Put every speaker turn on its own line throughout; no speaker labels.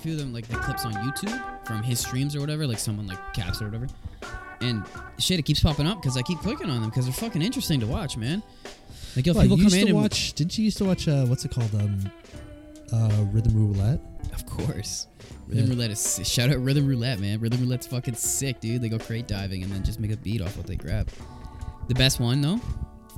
few of them like the clips on YouTube from his streams or whatever, like someone like caps or whatever. And shit, it keeps popping up because I keep clicking on them because they're fucking interesting to watch, man. Like yo,
What,
people come
you used
in
to
and
watch? Didn't you used to watch? Uh, what's it called? Um, uh, Rhythm Roulette.
Of course. Rhythm
Yeah.
Roulette is sick. shout out Rhythm Roulette, man. Rhythm Roulette's fucking sick, dude. They go crate diving and then just make a beat off what they grab. The best one though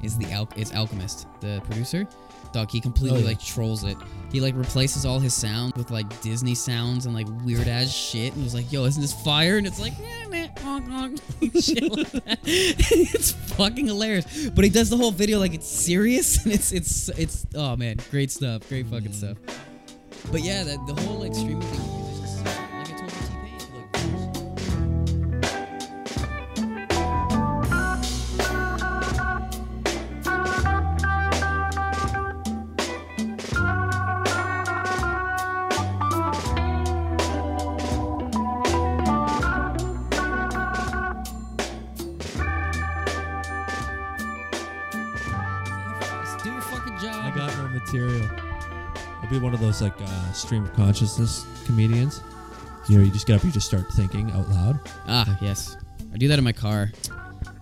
is the Al- is Alchemist, the producer. Dog, he completely
Oh, yeah.
like trolls it. He like replaces all his sound with like Disney sounds and like weird ass shit, and was like, "Yo, isn't this fire?" And it's like, "Meh, meh, honk, honk," shit like that. it's fucking hilarious. But he does the whole video like it's serious, and it's it's it's oh man, great stuff, great
Mm.
fucking stuff. But yeah, that, the whole like streaming thing. is just- like I told you, T-Pain, like, there's- Do your fucking job.
I got no material. I'll be one of those like uh, stream of consciousness comedians. You know, you just get up, you just start thinking out loud.
Ah, yes. I do that in my car.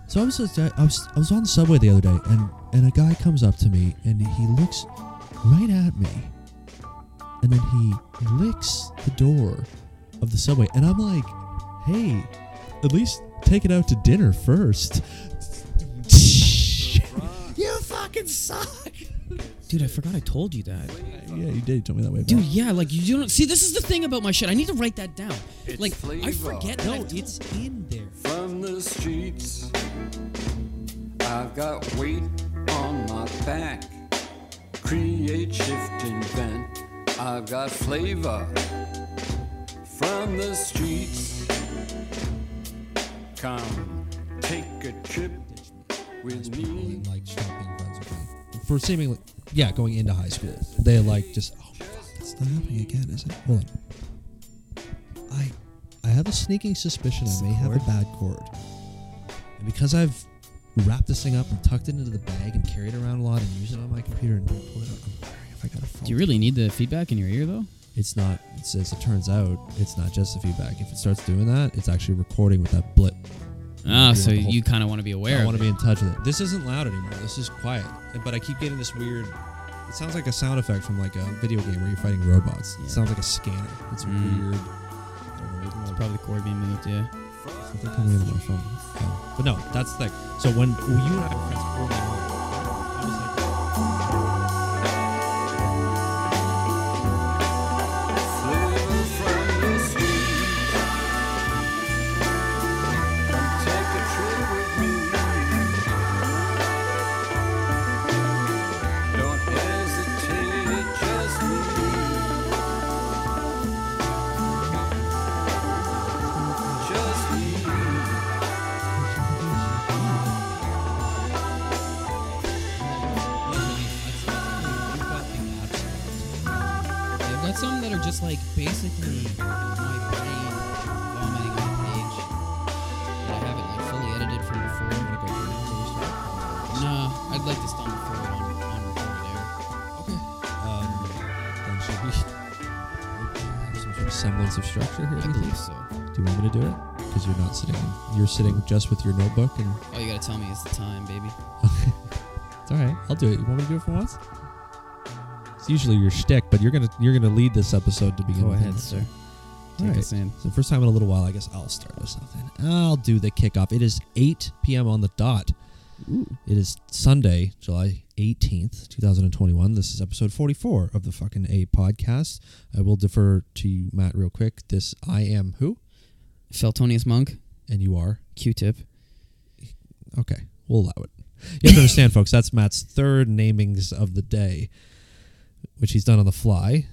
So I was, I was I was on the subway the other day, and and a guy comes up to me, and he looks right at me, and then he licks the door of the subway, and I'm like, hey, at least take it out to dinner first. you fucking suck.
Dude, I forgot I told you that.
yeah, you did. You told me that way.
Dude,
back.
yeah, like you don't see. This is the thing about my shit. I need to write that down.
It's
like I
flavor.
forget. that
no,
I've-
it's in there.
from the streets. I've got weight on my back. Create, shift, invent. I've got flavor from the streets. Come, take a trip with me.
and, like stop being friends with me. For seemingly, yeah, going into high school, they like just oh, fuck, it's not happening again, is it? Hold on. I, I have a sneaking suspicion I may have a bad chord, and because I've wrapped this thing up and tucked it into the bag and carried it around a lot and used it on my computer and didn't pull it out, I'm wondering if I got a fault.
Do you really need the feedback in your ear though?
It's not. It's, as it turns out, it's not just the feedback. If it starts doing that, it's actually recording with that blip.
Ah,
Yeah,
so
the whole-
you kind of want to be aware.
I
of
want
it.
to be in touch with it. This isn't loud anymore. This is quiet. But I keep getting this weird. It sounds like a sound effect from like a video game where you're fighting robots.
Yeah.
It sounds like a scanner. It's
Mm.
weird. I don't know, maybe
It's
my-
probably the cord being moved. Yeah.
something coming in on my phone. Yeah. But no, that's the thing. So when you and I were friends early on, I was like,
Flavor from the streets. Come, take a trip with me. Don't hesitate, just leave. Just leave.
I've got some that are just like basically my brain vomiting on a page that I haven't like fully edited from before. I'm gonna go through it and start- Nah, I'd like to stumble through it on, on record there.
um, then should we have some sort of semblance of structure here?
I believe so.
Do you want me to do it? Because you're not sitting. You're sitting just with your notebook and.
All you gotta tell me is the time, baby.
It's all right. I'll do it. You want me to do it for once? It's usually your shtick, but you're gonna you're gonna lead this episode to begin with.
Take
Alright.
us in.
So first time in a little while, I guess I'll start us off. Then I'll do the kickoff. It is 8 p.m. on the dot. It is Sunday, July 18th, 2021. This is episode 44 of the fucking A podcast. I will defer to you, Matt, real quick. This I am who,
Feltonius Monk,
and you are
Q-tip.
Okay, we'll allow it. You have to understand, folks, that's Matt's third namings of the day, which he's done on the fly.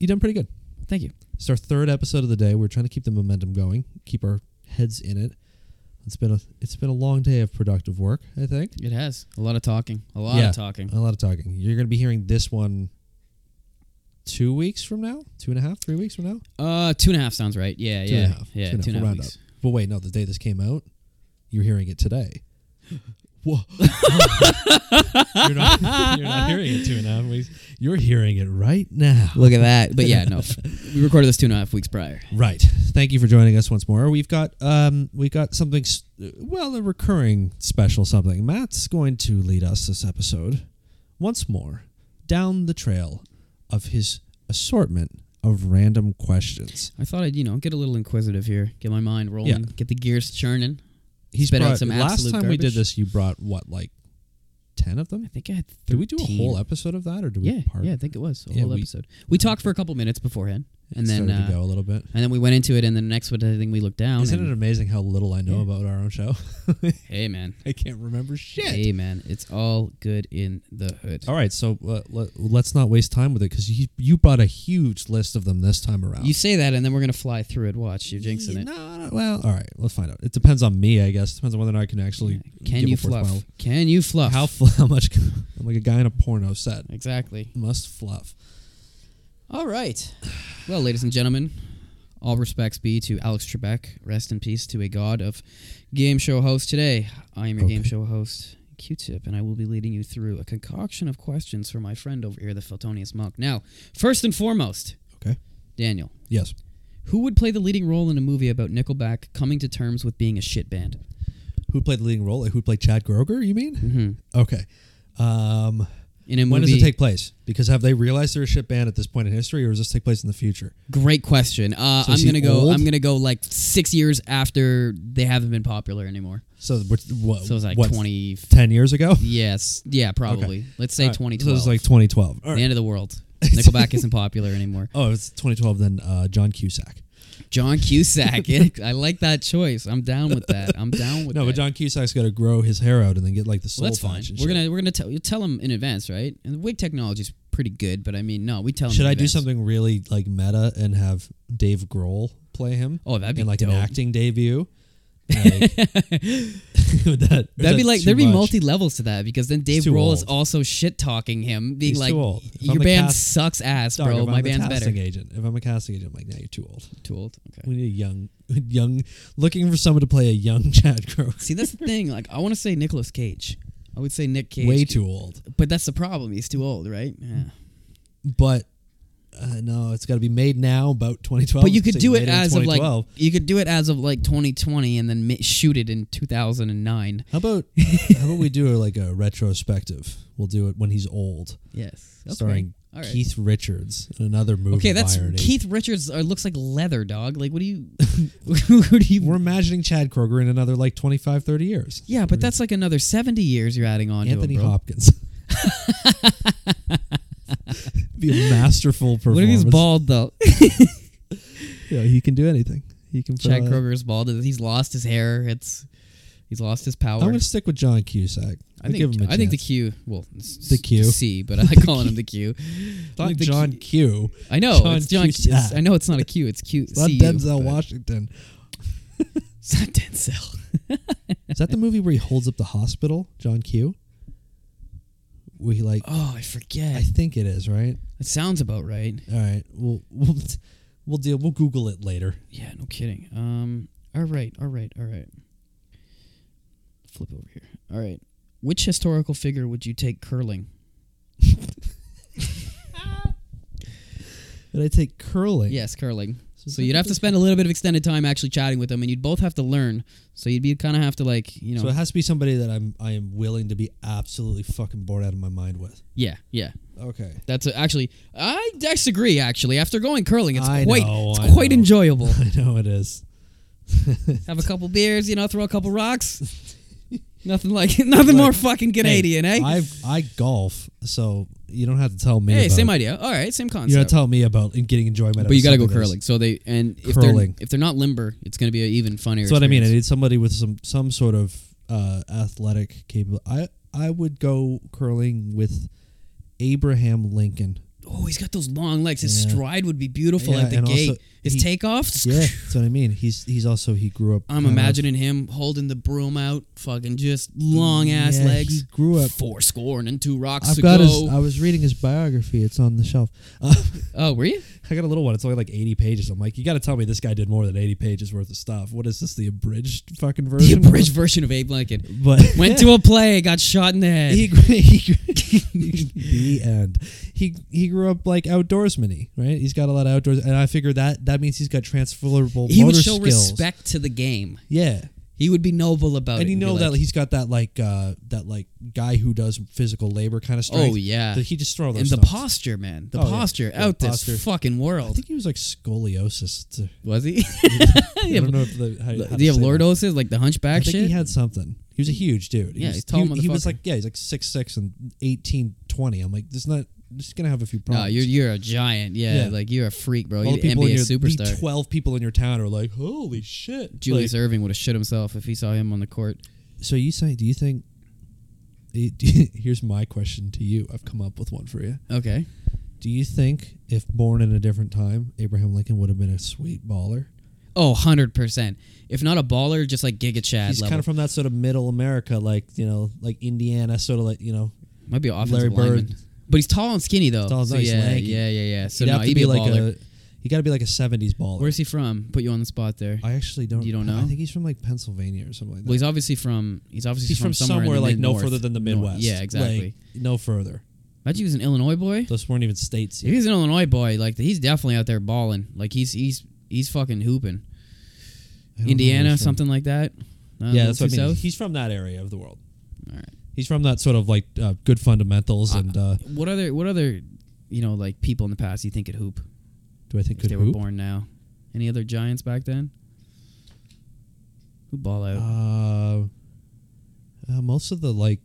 You done pretty good.
Thank you.
It's our third episode of the day. We're trying to keep the momentum going, keep our heads in it. It's been a it's been a long day of productive work, I think.
It has a lot of talking. A lot
Yeah.
of talking.
A lot of talking. You're gonna be hearing this one two weeks from now? Two and a half, three weeks from now?
Uh, two and a half sounds right. Yeah,
Two
yeah,
and a half.
yeah.
Two and a half. We'll round
weeks.
up. But wait, no, the day this came out, you're hearing it today. Whoa. you're, not, you're not hearing it two and a half weeks. You're hearing it right now.
Look at that. But yeah, no, f- we recorded this two and a half weeks prior.
Right. Thank you for joining us once more. We've got um we got something s- well a recurring special something. Matt's going to lead us this episode once more down the trail of his assortment of random questions.
I thought I'd, you know, get a little inquisitive here, get my mind rolling,
Yeah.
get the gears churning.
He's
Spit out
brought-
some
last
absolute
time we did
garbage.
this. You brought what like ten of
I
them?
think I had 13.
Did we do a whole episode of that, or do we?
Yeah,
part?
yeah, I think it was a
Yeah,
whole
we-
episode. We talked for a couple minutes beforehand, and then
started to
uh,
go a little bit.
and then we went into it, and then the next one, I think we looked down.
Isn't
and-
it amazing how little I know
Yeah.
about our own show?
hey man,
I can't remember shit.
hey man, it's all good in the hood.
All right, so uh, let, let's not waste time with it because you you brought a huge list of them this time around.
You say that, and then we're gonna fly through it. Watch, you're jinxing
Yeah,
it.
No, no, well, all right, let's find out. It depends on me, I guess. Depends on whether or not I can actually.
Can
give
you
a worthwhile-
fluff? Can you fluff?
How fl- how much? I'm like a guy in a porno set.
exactly.
Must fluff.
All right. Well, ladies and gentlemen, all respects be to Alex Trebek. Rest in peace to a god of game show host today. I am your game
Okay.
show host, Q Tip, and I will be leading you through a concoction of questions for my friend over here, the Feltonius Monk. Now, first and foremost,
Okay.
Daniel,
Yes.
who would play the leading role in a movie about Nickelback coming to terms with being a shit band?
Who played the leading role? Who played Chad Groger? You mean?
Mm-hmm.
Okay. Um,
In a
when
movie,
does it take place? Because have they realized they're a shit band at this point in history, or does this take place in the future?
Great question. Uh,
So is
I'm
he
gonna go.
old?
I'm gonna go like six years after they haven't been popular anymore.
So what? what
So it was like
Uh, what,
20,
Ten years ago.
Yes. Yeah, probably. Let's say
All right,
2012.
So it was like 2012. All right.
the end of the world. Nickelback isn't popular anymore.
Oh, it's 2012. Then uh, John Cusack.
John Cusack. I like that choice. I'm down with that. I'm down with
no,
that.
but John Cusack's got to grow his hair out and then get like the soul
Well, that's fine.
patch and
We're
shit.
gonna we're gonna tell you tell him in advance, right? And the wig technology's pretty good, but I mean, no, we tell him.
Should
in
I do
advance.
something really like meta and have Dave Grohl play him?
Oh, that'd be
in like
dope.
an acting debut. Like, would that, or
That'd be
that's
like
too
there'd be
much?
multi levels to that because then Dave
too
Grohl is
old.
also shit talking him, being
He's
like,
too old. If I'm
"Your
the
band
cast-
sucks ass,
Dog,
bro.
if
My
I'm the
band's better."
casting Agent, if I'm a casting agent, I'm like, nah, you're too old.
Too old. Okay.
We need a young, young, looking for someone to play a young Chad Grohl.
See, that's the thing. Like, I want to say Nicolas Cage. I would say Nick Cage.
Way too old.
But that's the problem. He's too old, right? Yeah.
Mm-hmm. but uh, no, it's got to be made now about 2012.
But you could
So
do
made
it
in
as of like
2012.
you could do it as of like 2020 and then mi- shoot it in 2009.
How about how about we do a, like a retrospective? We'll do it when he's old,
Yes.
starring
All right.
Keith Richards in another movie.
Okay,
of
that's
irony.
Keith Richards. Uh, looks like leather dog. Like, what do you? what do you?
We're imagining Chad Kroger in another like 25, 30 years.
yeah, but that's like another 70 years you're adding on
Anthony
to him, bro.
Hopkins. be a masterful performance.
What if he's bald though?
Yeah, he can do anything. He can.
Chad
uh,
Kroger's bald. He's lost his hair. It's he's lost his power.
I'm gonna stick with John Cusack.
I
I'll
think
give him a
I think the
chance.
Q. Well, it's
The Q.
C, but I like calling him the Q. I
Not
think the
John
Q-
Q.
I know
John
it's John. Q, it's,
Cusack.
I know it's not a Q. It's Q.
Not
CU,
Denzel
but-
Washington.
It's not Denzel.
Is that the movie where he holds up the hospital, John Q? Where he like,
Oh, I forget.
I think it is right.
That sounds about right.
All right, we'll we'll we'll deal. We'll Google it later.
Yeah, no kidding. Um, all right, all right, all right. Flip over here. All right. Which historical figure would you take curling?
But I take curling.
Yes, curling.
So
So you'd have to spend a little bit of extended time actually chatting with them, and you'd both have to learn. So you'd be kind of have to like, you know,
So it has to be somebody that I'm I am willing to be absolutely fucking bored out of my mind with.
yeah, yeah.
Okay.
That's a, actually, I disagree. Actually, after going curling, it's
I
quite,
know,
it's
I
quite
know.
enjoyable.
I know it is.
have a couple beers, you know, throw a couple rocks. nothing like, nothing more fucking Canadian, eh?
I've I golf, so you don't have to tell me.
Hey,
about,
same idea. All right, same
You don't
concept.
tell me about getting enjoyment. out
but you
of
got to go
something that's-
curling. So they and if
Curling.
they're if they're not limber, it's going to be an even funnier.
That's what I mean. I
experience.
need somebody with some some sort of uh, athletic capable. I I would go curling with Abraham Lincoln.
Oh, he's got those long legs. His
Yeah.
stride would be beautiful
Yeah,
like the
and
gate.
also-
His
he-
takeoffs.
Yeah, that's what I mean. He's he's also he grew up.
I'm
kind of-
imagining him holding the broom out, fucking just long ass
Yeah,
legs.
He grew up.
Four score and then two rocks
I've
to
got
go.
his. uh, I was reading his biography. It's on the shelf. Uh,
oh, were you?
I got a little one. It's only like 80 pages. I'm like, you got to tell me this guy did more than 80 pages worth of stuff. What is this? The abridged fucking
The
version?
abridged version of Abe Lincoln.
But
Went to a play, got shot in the head.
he, gr- he gr- the end. He he grew up like outdoorsman, right? He's got a lot of outdoors, and I figure that that means he's got transferable
He would
motor
show
skills.
respect to the game.
Yeah,
He would be noble about it.
and you
be
know that
like,
he's got that like uh that like guy who does physical labor kind of strength.
Oh yeah.
That he just throw those
and the
stunts.
posture, man. The
Oh, yeah.
posture
Yeah,
out
posture.
this fucking
I
world.
think he was like scoliosis. To,
Was he?
I don't know if the, how, how
Do
to
you have
say that.
lordosis like the
I
hunchback
think
shit?
he had something. He was a huge dude. He
Yeah,
was,
he's a tall
he, he was
motherfucker.
like yeah, he's like six six and eighteen twenty. I'm like, this not this is gonna have a few
no,
problems.
you're you're a giant. Yeah,
Yeah.
like you're a freak, bro.
All
You're
the
an
people
NBA
in your the
superstar.
twelve people in your town are like, holy shit.
Julius
Like,
Irving would have shit himself if he saw him on the court.
so you say? Do you think? eh, do you- Here's my question to you. I've come up with one for you.
Okay.
Do you think if born in a different time, Abraham Lincoln would have been a sweet baller?
Oh, 100%. If not a baller, just like Giga Chad
He's
level.
kind of from that sort of middle America, like you know, like Indiana, sort of like you know,
Might be an offensive
Larry Bird.
lineman. But he's tall and skinny though.
Tall,
so
nice,
yeah,
lanky.
yeah, yeah, yeah. So
he'd
no,
have to
he'd
be
be a
like
baller.
a, he got to be like a '70s baller.
Where's he from? Put you on the spot there.
I actually don't.
You don't
I
know?
think he's from like Pennsylvania or something like that.
Well, he's obviously from. He's obviously
He's from,
somewhere,
somewhere,
in the
like no
mid-north.
further than the
Nor-
Midwest.
Yeah, exactly.
Like, no further.
Imagine he was an Illinois boy.
Those weren't even states.
If
Yet.
he's an Illinois boy, like he's definitely out there balling. Like he's he's he's fucking hooping.
I don't know where
Indiana,
he's from.
something like that. Uh,
yeah, that's
too
what I mean.
south?
He's from that area of the world.
All right.
He's from that sort of like uh, good fundamentals
Uh,
and uh,
What other what other you know like people in the past you think could hoop
do I think
if
could
they were
hoop?
born now? Any other giants back then? Who ball out?
Uh, uh, most of the like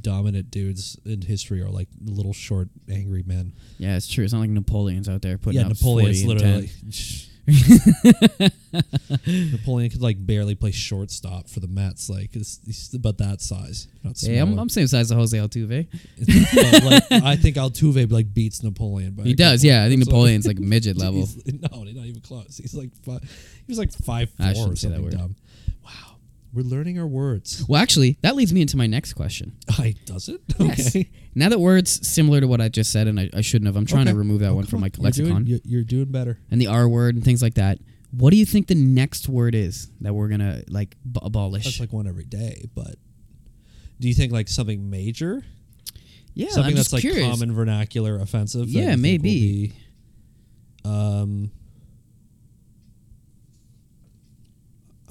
dominant dudes in history are like little short angry men.
yeah, it's true. It's not like Napoleon's out there putting
yeah,
up 40
Napoleon's
and
literally
10.
Napoleon could like barely play shortstop for the Mets. Like it's, he's about that size. Not
Hey, I'm,
smaller.
I'm same size as Jose Altuve.
But, like, I think Altuve like beats Napoleon. By
He
a
does,
couple.
yeah. I think
So-
Napoleon's like midget level.
He's- no, they're not even close. He's like five. He was like five
I
four or
shouldn't say that
something
word.
dumb. Wow, we're learning our words.
Well, actually, that leads me into my next question.
I does it?
Yes. Now that words similar to what I just said, and I, I shouldn't have, I'm trying to remove that
one
one from my
Oh, You're doing,
lexicon
you're- you're doing better.
and the R word and things like that. What do you think the next word is that we're gonna like b-
That's
abolish?
like one every day, but. Do you think like something major,
yeah,
something
I'm
that's
just
like
curious.
common vernacular offensive? that
Yeah,
you think will
maybe.
be, um,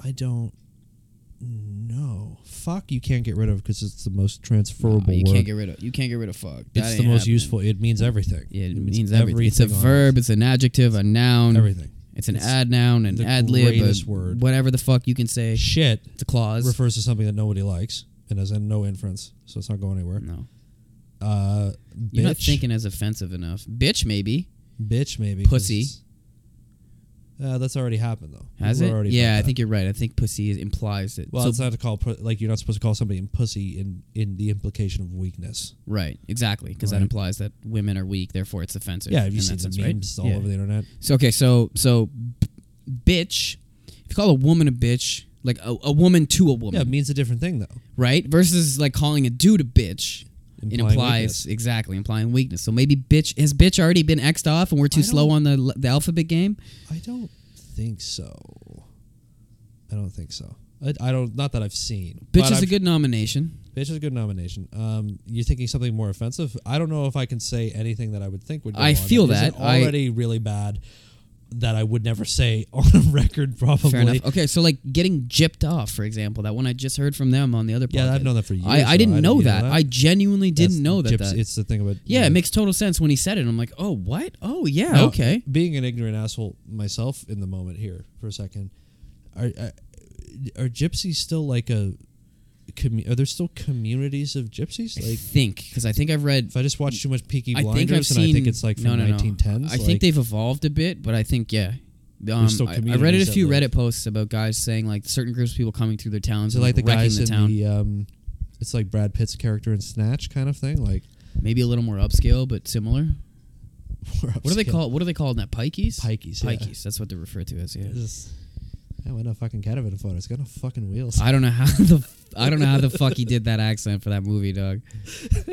I don't know. Fuck, you can't get rid of because it's the most
No,
transferable.
you
word.
can't get rid of. You can't get rid of fuck. That
it's the
ain't
most
happening.
useful. It means everything.
Yeah, it
means
means everything. It's a
everything on
verb. It's an adjective. A noun.
Everything.
It's an
It's
adnoun. An
the
ad lib.
greatest
a-
word.
Whatever the fuck you can say.
Shit
It's a clause.
refers to something that nobody likes and has no inference, so it's not going anywhere.
no,
Uh,
you're not
bitch.
thinking as offensive enough. Bitch, maybe.
bitch maybe 'cause
Pussy.
it's- Uh, that's already happened though.
Has
People
it?
are Already
yeah,
about
I
that.
think you're right. I think pussy is, implies it.
Well,
So-
it's not to call pu- like you're not supposed to call somebody in pussy in in the implication of weakness.
right, exactly, because
Right.
that implies that women are weak, therefore it's offensive.
Yeah, have you
in
seen
that
the
sense, right?
memes all
Yeah.
over the internet?
So okay, so so b- bitch. If you call a woman a bitch, like a, a woman to a
Yeah,
woman,
it means a different thing though.
right? Versus like calling a dude a bitch. it
Implying
implies
weakness.
exactly implying weakness. So maybe bitch has bitch already been xed off, and we're
I
too slow
don't-
on the the alphabet game.
I don't think so. I don't think so. I, I don't. Not that I've seen.
Bitch
But
is a
I've-
good nomination.
Bitch is a good nomination. Um, you're thinking something more offensive. I don't know if I can say anything that I would think would. Go
I
on.
feel
It is
that. I-
already really bad that I would never say on a record. Probably.
Fair enough. Okay, so like getting gypped off, for example, that one I just heard from them on the other.
Yeah,
podcast.
I've known that for years.
I, I
though.
didn't know
you
that. I genuinely
That's
didn't know that.
gyps-
that.
It's the thing about.
yeah, it makes total sense when he said it. I'm like, oh, what? Oh, yeah,
Now,
okay.
Being an ignorant asshole myself in the moment here for a second, are are, are gypsies still like a? commu- Are there still communities of gypsies?
I
Like
think because I think I've read.
if I just watch too much Peaky
I
Blinders
think I've
and
seen.
I think it's like from
no, no, no.
1910s.
I think they've evolved a bit, but I think yeah. Um,
still
I, I read a
communities
few
that live.
Reddit posts about guys saying like certain groups of people coming through their towns
So
and
like the
wrecking
guys
the
in
town.
the um, it's like Brad Pitt's character in Snatch kind of thing. Like
Maybe a little more upscale, but similar.
We're
What do they
upscale.
call? What are they called? That pikeys.
Pikeys, yeah.
Pikeys. That's what they're referred to as. Yeah.
This- I went a fucking catavan photo. It's got no fucking wheels.
I don't know how the I don't know how the fuck he did that accent for that movie, dog.
Because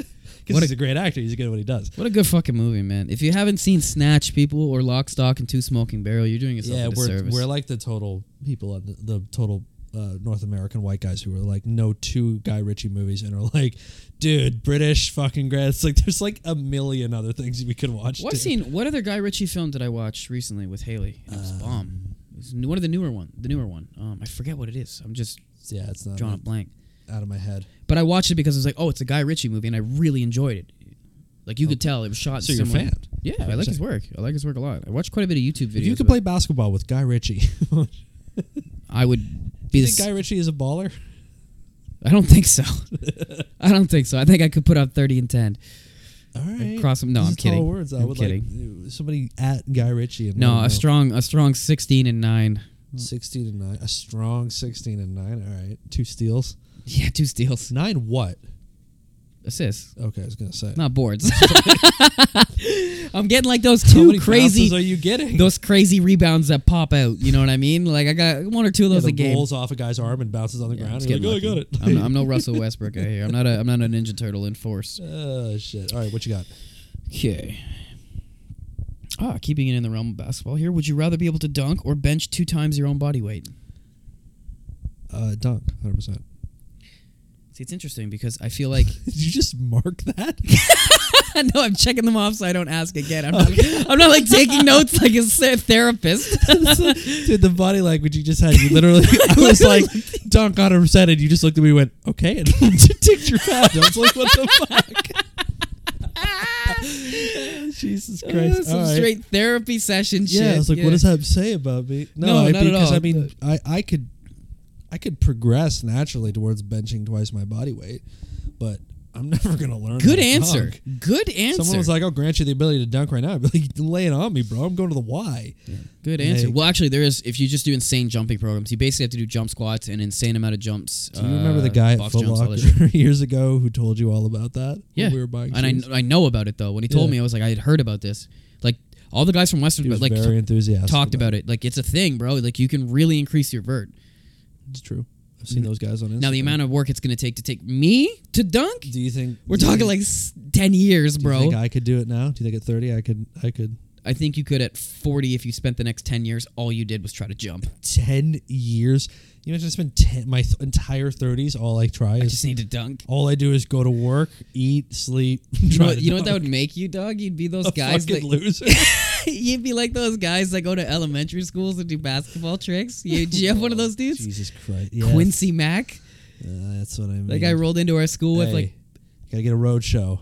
What
he's a great actor. He's good at what he does.
What a good fucking movie, man! If you haven't seen Snatch, people, or Lock, Stock, and Two Smoking Barrel, you're doing yourself
Yeah,
a
we're,
disservice.
we're like the total people, on the, the total uh, North American white guys who are like no two Guy Ritchie movies and are like, dude, British fucking grads. Like, there's like a million other things we could watch.
what
dude. Um,
scene? What other Guy Ritchie film did I watch recently with Haley? It was bomb. It was new- one of the newer one. The newer one. Um, I forget what it is. I'm just
Yeah, it's not
drawing a blank.
out of my head.
But I watched it because it was like, oh, it's a Guy Ritchie movie, and I really enjoyed it. Like you could tell, it was shot.
Oh. So you're a
similar-
fan.
Yeah, I like his work. I like his work a lot. I watched quite a bit of YouTube videos.
If you could
about-
play basketball with Guy Ritchie, do
I would be
you
the
think Guy Ritchie is a baller?
I don't think so. I don't think so. I think I could put out 30 and 10.
All right.
cross him- no,
These
I'm
are tall
kidding.
Words. I
I'm
would Like, somebody at Guy Ritchie. And let
No,
him know.
a strong a strong 16 and 9.
16 and 9. A strong 16 and 9. All right. Two steals.
Yeah, two steals.
Nine what?
Assists.
Okay, I was going to say.
Not boards. I'm getting like those
How
two
many bounces
crazy
are you getting?
those crazy rebounds that pop out, you know what I mean? Like I got one or two of
yeah,
those
the
a game.
rolls off a guy's arm and bounces on the
Yeah, I'm
ground.
just
and you're like,
getting
oh, I got
lucky.
it.
I'm, I'm no Russell Westbrook out here. I'm not a I'm not a Ninja Turtle in force.
oh, shit. All right, what you got?
Okay. Ah, keeping it in the realm of basketball here. Would you rather be able to dunk or bench two times your own body weight?
Uh, dunk, 100%.
See, it's interesting because I feel like
Did you just mark that?
no, I'm checking them off so I don't ask again. I'm not, I'm not like taking notes like a se- therapist.
Dude, the body language you just had, you literally, I was like, dunk 100%, and you just looked at me and went, okay, and ticked your pad. I was like, what the fuck? Jesus Christ.
Uh, Some
All right.
straight therapy session shit.
Yeah, I was like,
yeah.
what does that say about me?
No,
I,
not at
because
all.
I mean, I, I could, I could progress naturally towards benching twice my body weight, but I'm never gonna learn. how
Good
to
answer.
dunk.
Good answer.
Someone was like, "I'll grant you the ability to dunk right now." I'd be like, "Lay it on me, bro. I'm going to the Y."
Good answer.
Like-
well, actually, there is. If you just do insane jumping programs, you basically have to do jump squats and insane amount of jumps. uh,
Do you remember the guy at Foot Locker years ago who told you all about that? when
Yeah,
we were buying.
and
shoes?
I, I know about it though. When he told
Yeah.
me, I was like, I had heard about this. Like all the guys from Western,
he was
but like
very enthusiastic.
talked about it. Like it's a thing, bro. Like you can really increase your vert.
It's true. I've seen those guys on Instagram.
Mm. Now the amount of work it's gonna take to take me to dunk,
Do you think
we're
do you
talking
think-
like s- ten years,
Do you
bro.
think I could do it now? Do you think at 30 I could? I could.
I think you could at forty if you spent the next ten years all you did was try to jump.
10 years. You imagine I spend 10, my th- entire 30s, all I try
I
is,
just need to dunk.
all I do is go to work, eat, sleep,
You know,
try
what-
to
you know what that
dunk.
would make you, dog? You'd be those
A
guys that
fucking loser.
you'd be like those guys that go to elementary schools and do basketball tricks. You, do you have one of those dudes?
Jesus Christ. Yeah.
Quincy Mack.
Uh, that's what I mean.
That guy rolled into our school with
Hey,
like
gotta get a road show,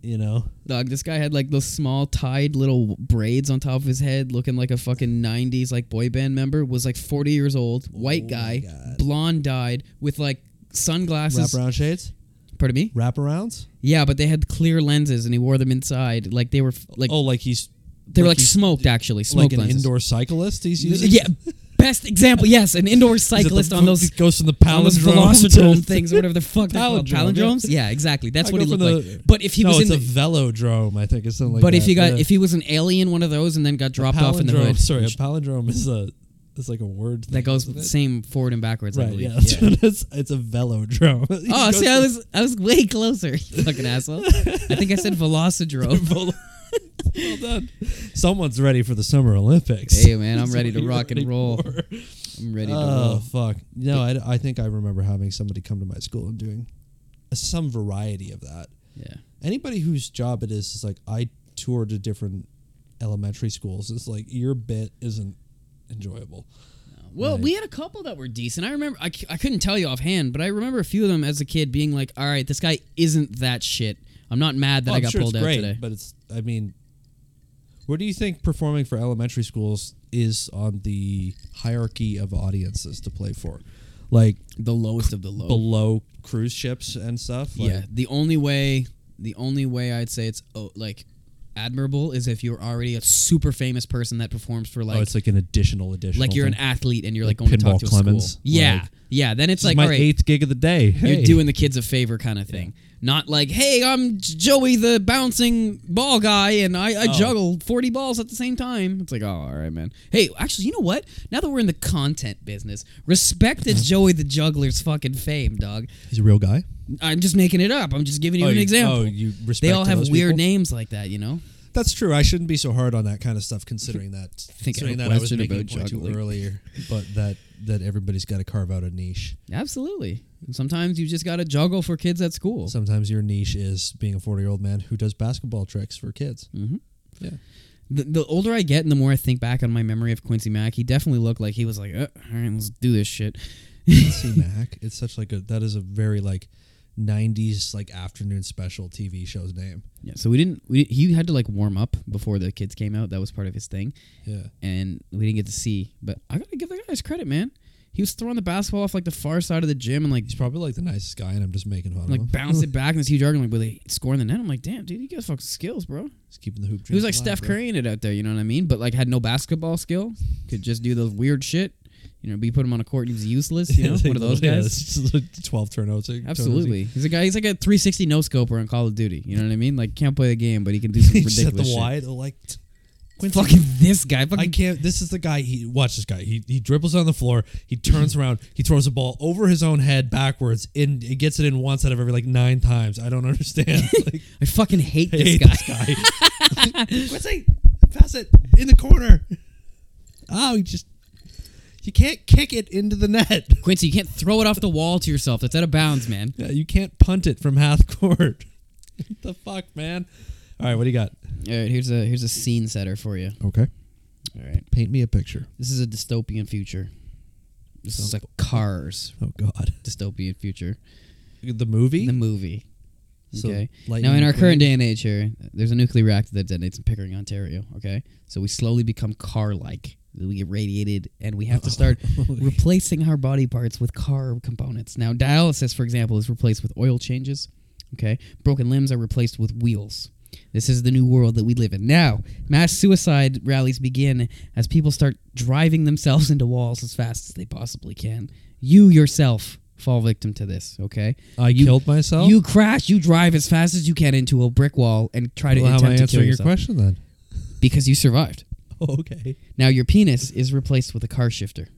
you know?
Dog, this guy had like those small tied little braids on top of his head, looking like a fucking '90s like boy band member. Was like 40 years old, white
Oh my
guy,
God.
blonde dyed, with like sunglasses.
Wraparound shades?
Pardon me.
Wraparounds?
Yeah, but they had clear lenses, and he wore them inside. Like they were f- like
oh, like he's.
they were like
he's-
smoked actually,
Like
smoked
an
lenses.
indoor cyclist he's using?
yeah, best example. Yes, an indoor
He's at the
cyclist on
vo-
those.
Goes from the
On those
palindrome to.
velodrome things, or whatever the fuck they're called,
Palindrome, yeah.
palindromes. Yeah, exactly. That's
I
what he
go for
looked
the-
like. But if he
no,
was in
it's
the,
a velodrome, I think, or something like
but
that.
if he got
Yeah.
if he was an alien, one of those, and then got dropped off in the
Palindrome-
hood,
Sorry, a palindrome is a is like a word
that
thing,
goes
isn't it?
same forward and backwards. I
Right,
believe.
yeah, that's what it is. it's a velodrome.
Oh,
It
see, I
goes
was I was way closer, you fucking asshole. I think I said
to
velocidrome.
velo- well done. Someone's ready for the Summer Olympics.
Hey, man, I'm
That's
ready
what
to
you're
rock and
ready
roll.
for.
I'm ready to
Oh
roll.
fuck! No, I, I think I remember having somebody come to my school and doing some variety of that.
Yeah,
Anybody whose job it is is like I tour to different elementary schools. It's like your bit isn't enjoyable.
Well,
Right.
we had a couple that were decent. I remember, I, c- I couldn't tell you offhand, but I remember a few of them as a kid being like, all right, this guy isn't that shit. I'm not mad that
Well,
I
I'm
got
Oh, sure
pulled
it's
out
great,
today.
But it's, I mean, where do you think performing for elementary schools is on the hierarchy of audiences to play for? Like
The lowest of the low.
below cruise ships and stuff? Like,
yeah, the only way, the only way I'd say it's oh, like admirable is if you're already a super famous person that performs for like
oh, it's like an additional additional.
like you're an
thing.
athlete and you're
Like
like, going to
Pinball
talk to a
Clemens,
school. Yeah,
like-
Yeah, then it's
It's
like,
my
all right,
eighth gig of the day.
you're doing the kids a favor kind of thing. Not like, hey, I'm J- Joey the bouncing ball guy and I, I
Oh.
juggle 40 balls at the same time. It's like, oh, all right, man. Hey, actually, you know what? Now that we're in the content business, respect
Uh-huh.
that Joey the juggler's fucking fame, dog.
He's a real guy.
I'm just making it up. I'm just giving you an example.
Oh, you respect
they all
to
have
those
weird
people?
names like that, you know?
That's true. I shouldn't be so hard on that kind of stuff, considering that
think I
considering
have a
that I was
question
making a
about
point to
juggling.
earlier, but that that everybody's got to carve out a niche.
Absolutely. Sometimes you just got to juggle for kids at school.
Sometimes your niche is being a forty-year-old man who does basketball tricks for kids.
Mhm.
Yeah,
the, the older I get and the more I think back on my memory of Quincy Mack, he definitely looked like he was like, uh, all right, let's do this shit.
see Mac. It's such like a that is a very like '90s like afternoon special TV show's name.
Yeah, so we didn't. We, he had to like warm up before the kids came out. That was part of his thing,
Yeah,
and we didn't get to see. But I gotta give the guy his credit, man. He was throwing the basketball off like the far side of the gym and like
he's probably like the nicest guy, and I'm just making fun of him.
like bounce it back in this huge arc and like really scoring the net. I'm like, damn, dude, you got fucking skills, bro.
He's keeping the hoop.
He was
dreams
like
alive,
Steph
bro.
Currying it out there, you know what I mean? But like had no basketball skill, could just do those weird shit. You know, be put him on a court, and he was useless. You know, one of those
Yeah,
guys.
it's just like Twelve turnovers. like, turnovers.
Absolutely. He's a guy. He's like a 360 no scoper on Call of Duty. You know what I mean? Like can't play the game, but he can do some
He just hit
ridiculous
the
shit.
wide. Like
Fucking this guy.
I
Fucking
can't. This is the guy. He watch this guy. He he dribbles on the floor. He turns around. He throws a ball over his own head backwards. In he gets it in once out of every like nine times. I don't understand. Like,
I fucking hate
I
this
hate
guy.
this guy. What's he? Pass it in the corner. Oh, he just you can't kick it into the net.
Quincy, you can't throw it off the wall to yourself. That's out of bounds, man.
Yeah, you can't punt it from half court. what the fuck, man? All right, what do you got?
All right, here's a here's a scene setter for you.
Okay,
All right,
paint me a picture.
this is a dystopian future. This is like Cars
Oh God,
dystopian future.
the movie.
The movie.
So,
Okay. now,
lightning
in our
quick.
current day and age here, there's a nuclear reactor that detonates in Pickering, Ontario. Okay. So we slowly become car like. We get radiated and we have
Oh,
to start replacing our body parts with car components. Now, dialysis, for example, is replaced with oil changes. Okay. Broken limbs are replaced with wheels. This is the new world that we live in. Now, mass suicide rallies begin as people start driving themselves into walls as fast as they possibly can. You yourself fall victim to this, okay?
I
You-
killed myself.
You crash, you drive as fast as you can into a brick wall and try to
Well, how am I
attempt to kill
answering your
yourself
question then?
because you survived.
Oh, okay.
Now your penis is replaced with a car shifter,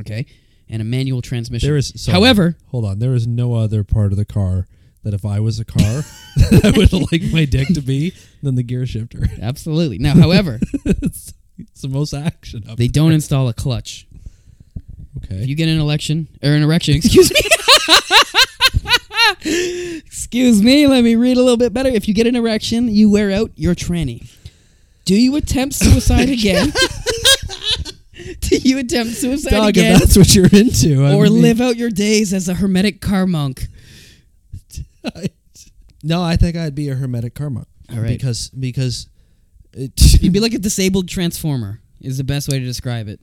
okay, and a manual transmission.
There is. sorry.
However,
hold on. There is no other part of the car that, if I was a car, I would like my dick to be than the gear shifter.
absolutely. Now, however,
it's, it's the most action. Up
they don't install a clutch.
okay.
If you get an election or an erection, excuse me. excuse me, let me read a little bit better. If you get an erection, you wear out your tranny. Do you attempt suicide again? Do you attempt suicide
Dog,
again?
if that's what you're into, I
or
mean-
live out your days as a hermetic car monk.
no, I think I'd be a hermetic karma.
All right.
Because because. It,
You'd be like a disabled transformer. Is the best way to describe it.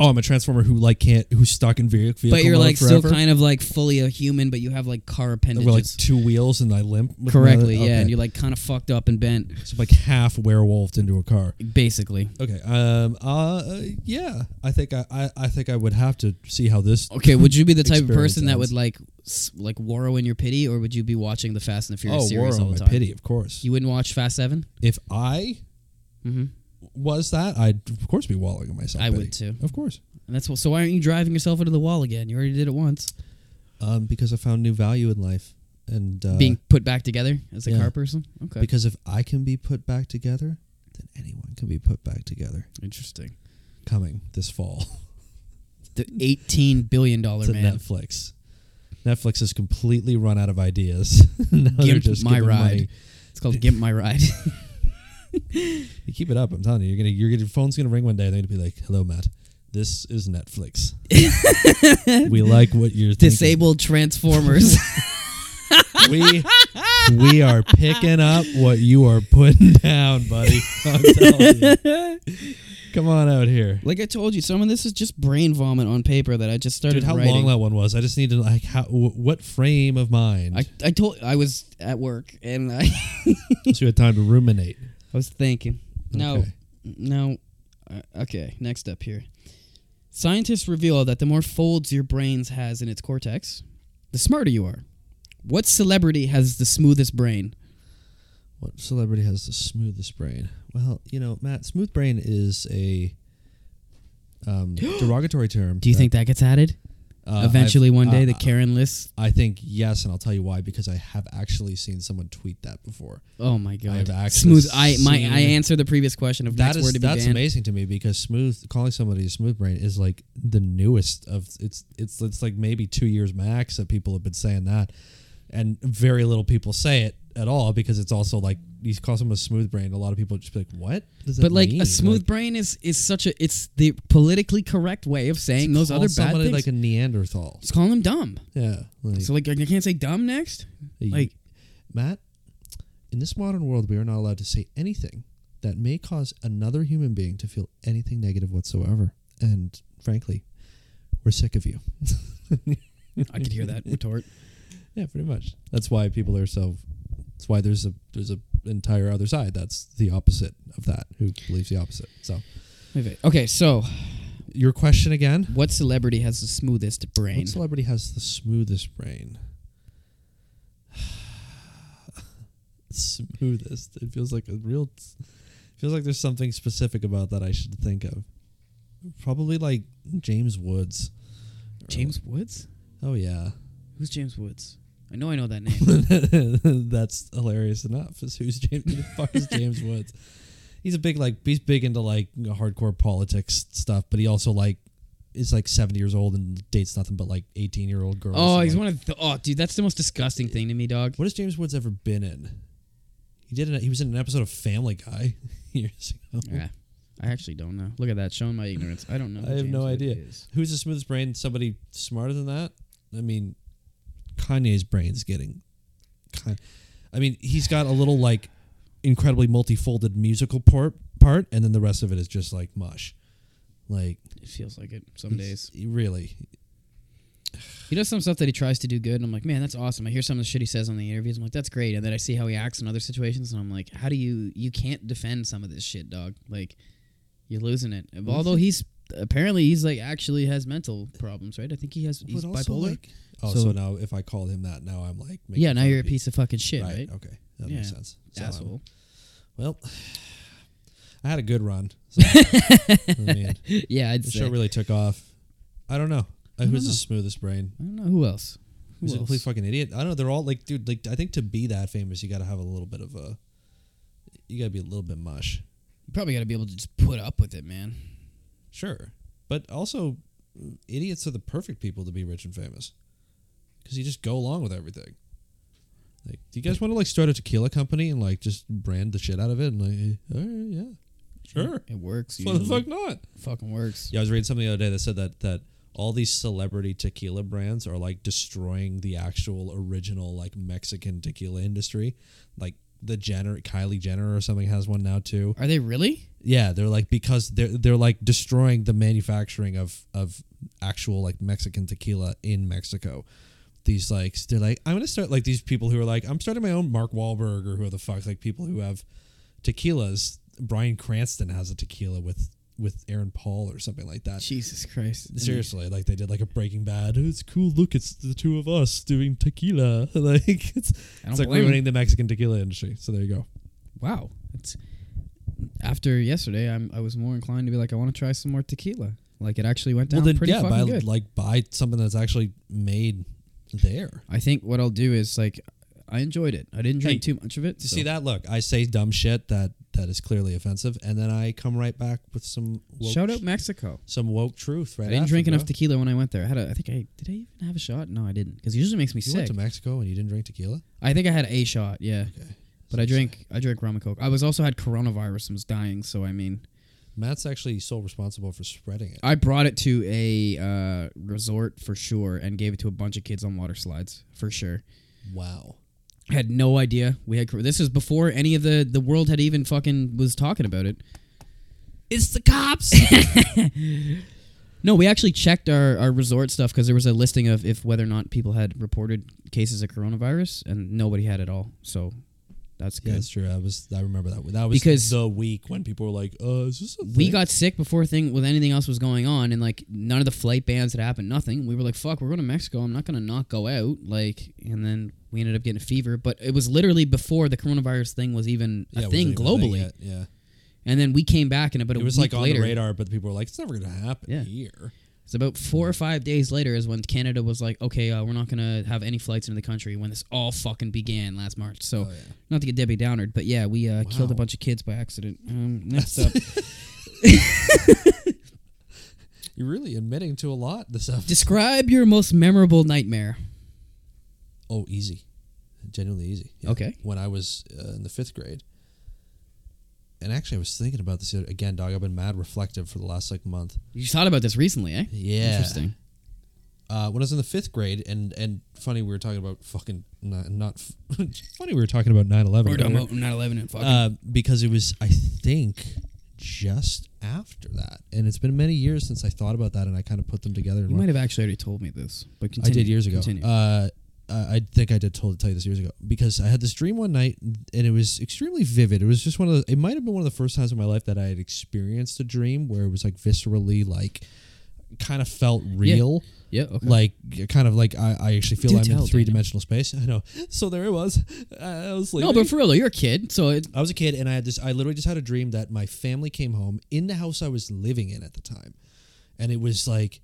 oh, I'm a transformer who like can't who's stuck in vehicle.
but you're
mode
like
forever.
still kind of like fully a human, but you have like car appendages.
We're like two wheels and I limp. with my other-
Correctly, yeah,
okay.
and you're like kind of fucked up and bent,
so like half werewolfed into a car.
basically.
Okay. Um. Uh. Yeah. I think I. I, I think I would have to see how this.
Okay, would you be the type of
Experience
person that
ends.
would like s- like warrow in your pity, or would you be watching the Fast and the Furious
Oh, war
series all
on
the
my
time?
pity, of course.
You wouldn't watch Fast Seven?
if I
Mm-hmm.
was that, I'd of course be walling on myself.
I
pity.
would too.
Of course.
And that's what, so. Why aren't you driving yourself into the wall again? You already did it once.
Um. Because I found new value in life, and uh,
Being put back together as a
yeah.
car person. Okay,
because if I can be put back together, then anyone can be put back together.
interesting.
Coming this fall
The eighteen billion dollar
to
man.
Netflix. Netflix has completely run out of ideas. Now Oh, they're
Gimp
just
my
giving
ride.
money.
It's called Gimp My Ride.
You keep it up. I'm telling you, you're gonna, you're gonna, your phone's gonna ring one day. and They're gonna be like, "Hello, Matt. This is Netflix. we like what you're thinking.
Disabled Transformers.
We we are picking up what you are putting down, buddy. I'm telling you. Come on out here,
like I told you, some of this is just brain vomit on paper that I just started
dude. How
writing.
long that one was? I just need to like, how, wh- what frame of mind?
I, I told I was at work and I,
so you had time to ruminate.
I was thinking. No,
Okay.
no. Uh, okay, next up here. Scientists reveal that the more folds your brain has in its cortex, the smarter you are. What celebrity has the smoothest brain?
What celebrity has the smoothest brain? Well, you know, Matt, smooth brain is a um, derogatory term.
Do you think that gets added
uh,
eventually
I've-
one day?
uh,
the Karen list.
I think yes, and I'll tell you why because I have actually seen someone tweet that before.
Oh my god!
I've actually
Smooth. I my
seen-
I answered the previous question of next
That is
word to be
that's
banned.
amazing to me because smooth calling somebody a smooth brain is like the newest of it's it's it's like maybe two years max that people have been saying that, and very little people say it at all because it's also like you call someone a smooth brain. A lot of people just be like, "What?" Does that
But like
mean?"
a smooth
Like,
brain is is such a it's the politically correct way of saying those
call
other bad
somebody
things.
like a Neanderthal.
Just call them dumb.
Yeah, like,
So like I can't say dumb next.
you-
Like
Matt, in this modern world, we are not allowed to say anything that may cause another human being to feel anything negative whatsoever. And frankly, we're sick of you.
I could hear that retort.
Yeah, pretty much. That's why people are so. That's why there's a there's a entire other side that's the opposite of that who believes the opposite. So
Wait, wait. Okay, so
your question again:
what celebrity has the smoothest brain?
What celebrity has the smoothest brain? smoothest. It feels like a real. Feels like there's something specific about that I should think of. Probably like James Woods.
James Woods?
Oh yeah,
Who's James Woods? I know I know that name.
that's hilarious enough. Is who's James? Who the fuck is James Woods? He's a big like he's big into like you know, hardcore politics stuff, but he also like is like seventy years old and dates nothing but like eighteen year old girls.
oh,
and,
he's
like,
one of the Oh, dude, that's the most disgusting thing to me, dog.
What has James Woods ever been in? He did. An, he was in an episode of Family Guy years ago.
Yeah. I actually don't know. Look at that, showing my ignorance. I don't know. who
I have
James
no
Woods
idea.
is.
Who's the smoothest brain? Somebody smarter than that? I mean, Kanye's brain's getting. Kind I mean, he's got a little like incredibly multifolded musical part, part, and then the rest of it is just like mush. Like
It feels like it some days.
he's- really,
He does some stuff that he tries to do good, and I'm like, man, that's awesome. I hear some of the shit he says on the interviews. I'm like, that's great. And then I see how he acts in other situations, and I'm like, how do you you can't defend some of this shit, dog? Like, you're losing it. Although he's apparently he's like actually has mental problems, right? I think he has he's
but also
bipolar.
like. Oh, so,
So-
now if I call him that, now I'm like. making
yeah, now
fun
you're a
of people.
piece of fucking shit, right?
Okay, that
Yeah.
makes sense. So I'm-
Asshole.
well, I had a good run. So, I mean,
yeah, I'd
the
say.
show really took off. I don't know. Uh,
don't
Who's
know.
the smoothest brain?
I don't know who else. Who
Who's a
else?
complete fucking idiot? I don't know. They're all like, dude. Like, I think to be that famous, you got to have a little bit of a. You got to be a little bit mush.
You probably got to be able to just put up with it, man.
Sure, but also, mm, idiots are the perfect people to be rich and famous, because you just go along with everything. Like, do you guys want to like start a tequila company and like just brand the shit out of it and like, eh, all right, yeah, sure.
It works.
Why the
usually.
fuck not?
Fucking works.
Yeah, I was reading something the other day that said that that all these celebrity tequila brands are like destroying the actual original like Mexican tequila industry. Like the Jenner, Kylie Jenner or something has one now too.
Are they really?
Yeah, they're like because they're they're like destroying the manufacturing of of actual like Mexican tequila in Mexico. These like they're like I'm gonna start like these people who are like I'm starting my own Mark Wahlberg or who the fuck like people who have tequilas. Brian Cranston has a tequila with with Aaron Paul or something like that.
Jesus Christ.
Seriously, like they did like a Breaking Bad. "Oh, It's cool. Look, it's the two of us doing tequila. like it's
I don't
it's like
blame 'em.
ruining the Mexican tequila industry. So there you go.
wow it's after yesterday I'm, i was more inclined to be like i want to try some more tequila like it actually went down
well, then
pretty
yeah,
fucking
buy
good
like buy something that's actually made there.
i think what i'll do is like i enjoyed it i didn't drink
Hey,
too much of it
To
so-
see that, look, I say dumb shit that that is clearly offensive, and then I come right back with some woke,
shout out mexico
some woke truth. Right?
i didn't
after,
drink
bro.
enough tequila when i went there i had a i think i did i even have a shot no i didn't because it usually makes me
You
sick
went to Mexico and you didn't drink tequila.
i think i had a shot yeah
Okay.
but i drank i drank rum and coke i was also had coronavirus and was dying so i mean
Matt's actually sole responsible for spreading it.
I brought it to a uh, resort for sure and gave it to a bunch of kids on water slides for sure.
Wow.
had no idea we had this was before any of the the world had even fucking was talking about it
It's the cops.
no we actually checked our, our resort stuff because there was a listing of if whether or not people had reported cases of coronavirus and nobody had at all so That's
Yeah,
good.
that's true. I was. I remember that. That was
Because-
the week when people were like, "Uh, is this a
we
thing?
got sick before thing with anything else was going on and like none of the flight bans had happened nothing we were like fuck we're going to mexico i'm not going to not go out like and then we ended up getting a fever but it was literally before the coronavirus thing was even
Yeah,
a
it wasn't
thing
even a
globally
yet. yeah,
and then we came back and about
it
a
was
week
like on
later
the radar, but people were like, "It's never gonna happen
Yeah.
here."
it's about four or five days later is when canada was like okay uh, we're not going to have any flights into the country when this all fucking began last march so
Oh, yeah.
not to get debbie downer but yeah we uh, killed a
Wow.
bunch of kids by accident um, next up
You're really admitting to a lot this episode.
describe your most memorable nightmare
Oh, easy, genuinely easy. Yeah.
Okay.
When I was uh, in the fifth grade, and actually, I was thinking about this the other- again, dog. I've been mad reflective for the last like month.
you thought about this recently eh
Yeah.
Interesting.
uh, when I was in the fifth grade, and and funny, we were talking about fucking not, not f- funny. We were talking about 9-11.
Or I'm 9/11 and fucking.
uh, because it was I think just after that, and it's been many years since I thought about that, and I kind of put them together. in
you
one-
might have actually already told me this, but
I
continue.
did years ago.
Continue.
Uh, I I think I did told tell you this years ago because I had this dream one night and it was extremely vivid. It was just one of the, it might have been one of the first times in my life that I had experienced a dream where it was like viscerally like kind of felt real.
yeah. Okay.
Like kind of like I, I actually feel
Do
I'm
tell,
in three dimensional space. I know. So there it was. I was like
no, but for real, though, you're a kid, so it,
I was a kid and I had this I literally just had a dream that my family came home in the house I was living in at the time. And it was like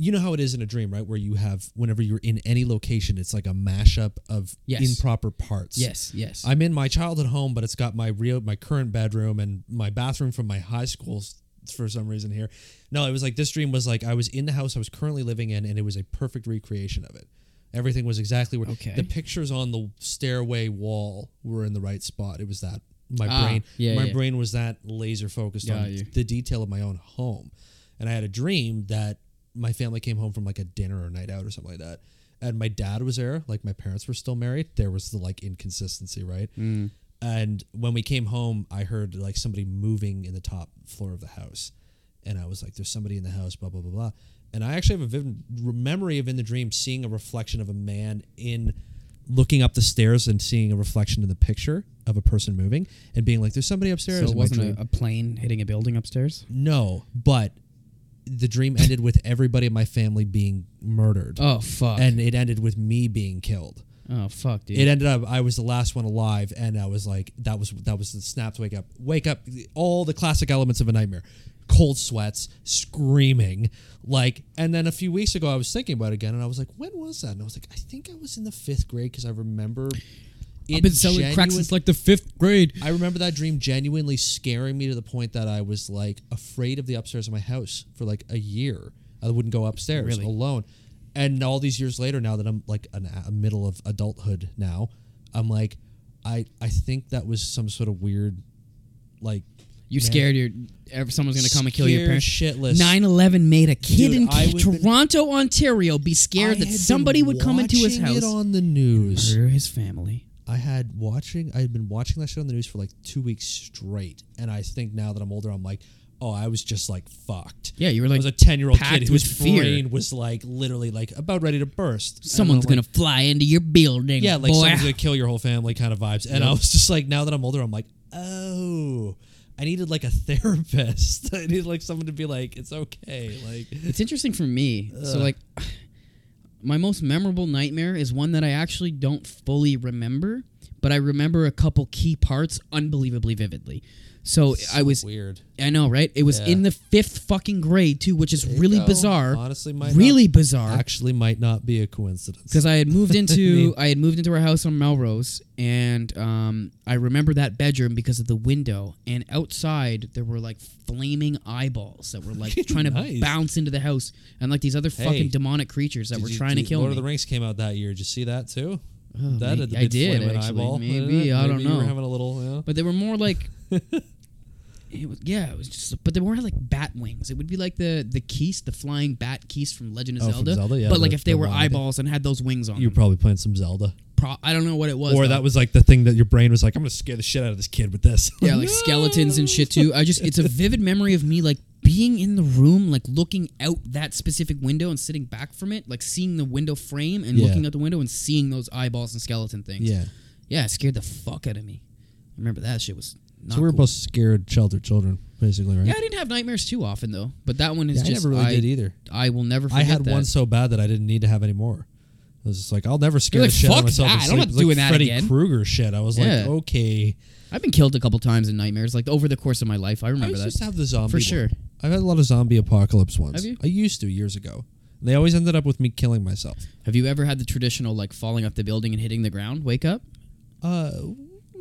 you know how it is in a dream, right? Where you have whenever you're in any location, it's like a mashup of
Yes.
improper parts.
yes, yes.
I'm in my childhood home, but it's got my real my current bedroom and my bathroom from my high school s- for some reason here. No, it was like this dream was like I was in the house I was currently living in, and it was a perfect recreation of it. Everything was exactly where
Okay.
the pictures on the stairway wall were in the right spot. It was that my
Ah,
brain,
yeah,
my
yeah.
brain was that laser focused
Got
on
you.
the detail of my own home, and I had a dream that my family came home from like a dinner or night out or something like that. And my dad was there, like my parents were still married. There was the like inconsistency, right?
Mm.
And when we came home, I heard like somebody moving in the top floor of the house. And I was like, there's somebody in the house, blah, blah, blah, blah. And I actually have a vivid r- memory of in the dream seeing a reflection of a man in looking up the stairs and seeing a reflection in the picture of a person moving and being like, there's somebody upstairs.
so it
in my dream.
wasn't a, a plane hitting a building upstairs.
no, but the dream ended with everybody in my family being murdered.
Oh fuck.
And it ended with me being killed
oh fuck, dude.
it ended up I was the last one alive, and I was like, that was that was the snap to wake up, wake up, all the classic elements of a nightmare, cold sweats, screaming, like. And then a few weeks ago, I was thinking about it again, and I was like, when was that? And I was like, I think I was in the fifth grade because I remember.
I've
it
been selling crack
genuine-
since like the fifth grade.
I remember that dream genuinely scaring me to the point that I was like afraid of the upstairs of my house for like a year. I wouldn't go upstairs
Really?
alone. And all these years later, now that I'm like an, a middle of adulthood now, I'm like, I I think that was some sort of weird, like
You
man,
scared your ev- someone's gonna come and kill your
scared
parents.
Shitless.
9/11 made a kid
Dude,
in
I would've been-
Toronto, Ontario, be
I
scared
had
that
been
somebody would come into his
watching
house,
It on the news.
murder his family.
I had watching I had been watching that shit on the news for like two weeks straight. And I think now that I'm older, I'm like, oh, I was just like fucked.
Yeah, you were, like,
I was a ten year old
packed
kid
with
whose
fear.
brain was like literally like about ready to burst. And
Someone's
I'm like,
gonna fly into your building.
Yeah, like
boy.
someone's gonna kill your whole family kind of vibes. And I was just like, now that I'm older, I'm like, oh, I needed like a therapist. I needed like someone to be like, it's okay. Like
It's interesting for me. So like my most memorable nightmare is one that I actually don't fully remember, but I remember a couple key parts unbelievably vividly. So, I was
weird.
I know, right? It was
Yeah.
in the 5th fucking grade too, which is really
go.
bizarre.
Honestly, might
really
not-
bizarre
Actually might not be a coincidence.
because I had moved into
mean-
I had moved into our house on Melrose, and um, I remember that bedroom because of the window. And outside there were like flaming eyeballs that were like trying to
Nice.
bounce into the house, and like these other fucking demonic creatures that
Did
were
you-
trying
did
to kill
Lord
me.
of the Rings came out that year. Did you see that too? that
may-
had the
I
big
did,
flaming
actually.
eyeball.
Maybe,
Maybe
I don't
You
know.
were having a little. You know?
but they were more like. It was, yeah, it was just, but they weren't like bat wings. It would be like the the keys, the flying bat keys from Legend of
Oh, from
Zelda.
Zelda, yeah,
but like
the-
if they
the
were
wide.
eyeballs and had those wings on,
you were
them.
probably playing some Zelda,
Pro- I don't know what it was.
or
though.
that was like the thing that your brain was like, "I'm gonna scare the shit out of this kid with this."
Yeah, like skeletons and shit too. I just it's a vivid memory of me like being in the room, like looking out that specific window and sitting back from it, like seeing the window frame and
Yeah.
looking out the window and seeing those eyeballs and skeleton things.
yeah.
Yeah, it scared the fuck out of me. remember that shit was not.
so we were
cool.
both scared, sheltered children, basically, right?
Yeah, I didn't have nightmares too often though, but that one is
Yeah, I
just
never really
I,
did either.
I will never.
I
Forget
had
that.
one so bad that I didn't need to have any more. I was just like, I'll never scare
like,
the shit out
"Fuck
of myself.
that,
in
I'm
sleep."
not
It's like
doing that
Freddy
again.
Krueger shit. I was
Yeah.
like, okay.
I've been killed a couple times in nightmares, like over the course of my life. I
I
remember
used
that.
to have the zombie
For
one.
sure.
I've had a lot of zombie apocalypse ones.
Have you?
I used to years ago. They always ended up with me killing myself.
Have you ever had the traditional like falling off the building and hitting the ground? Wake up.
Uh,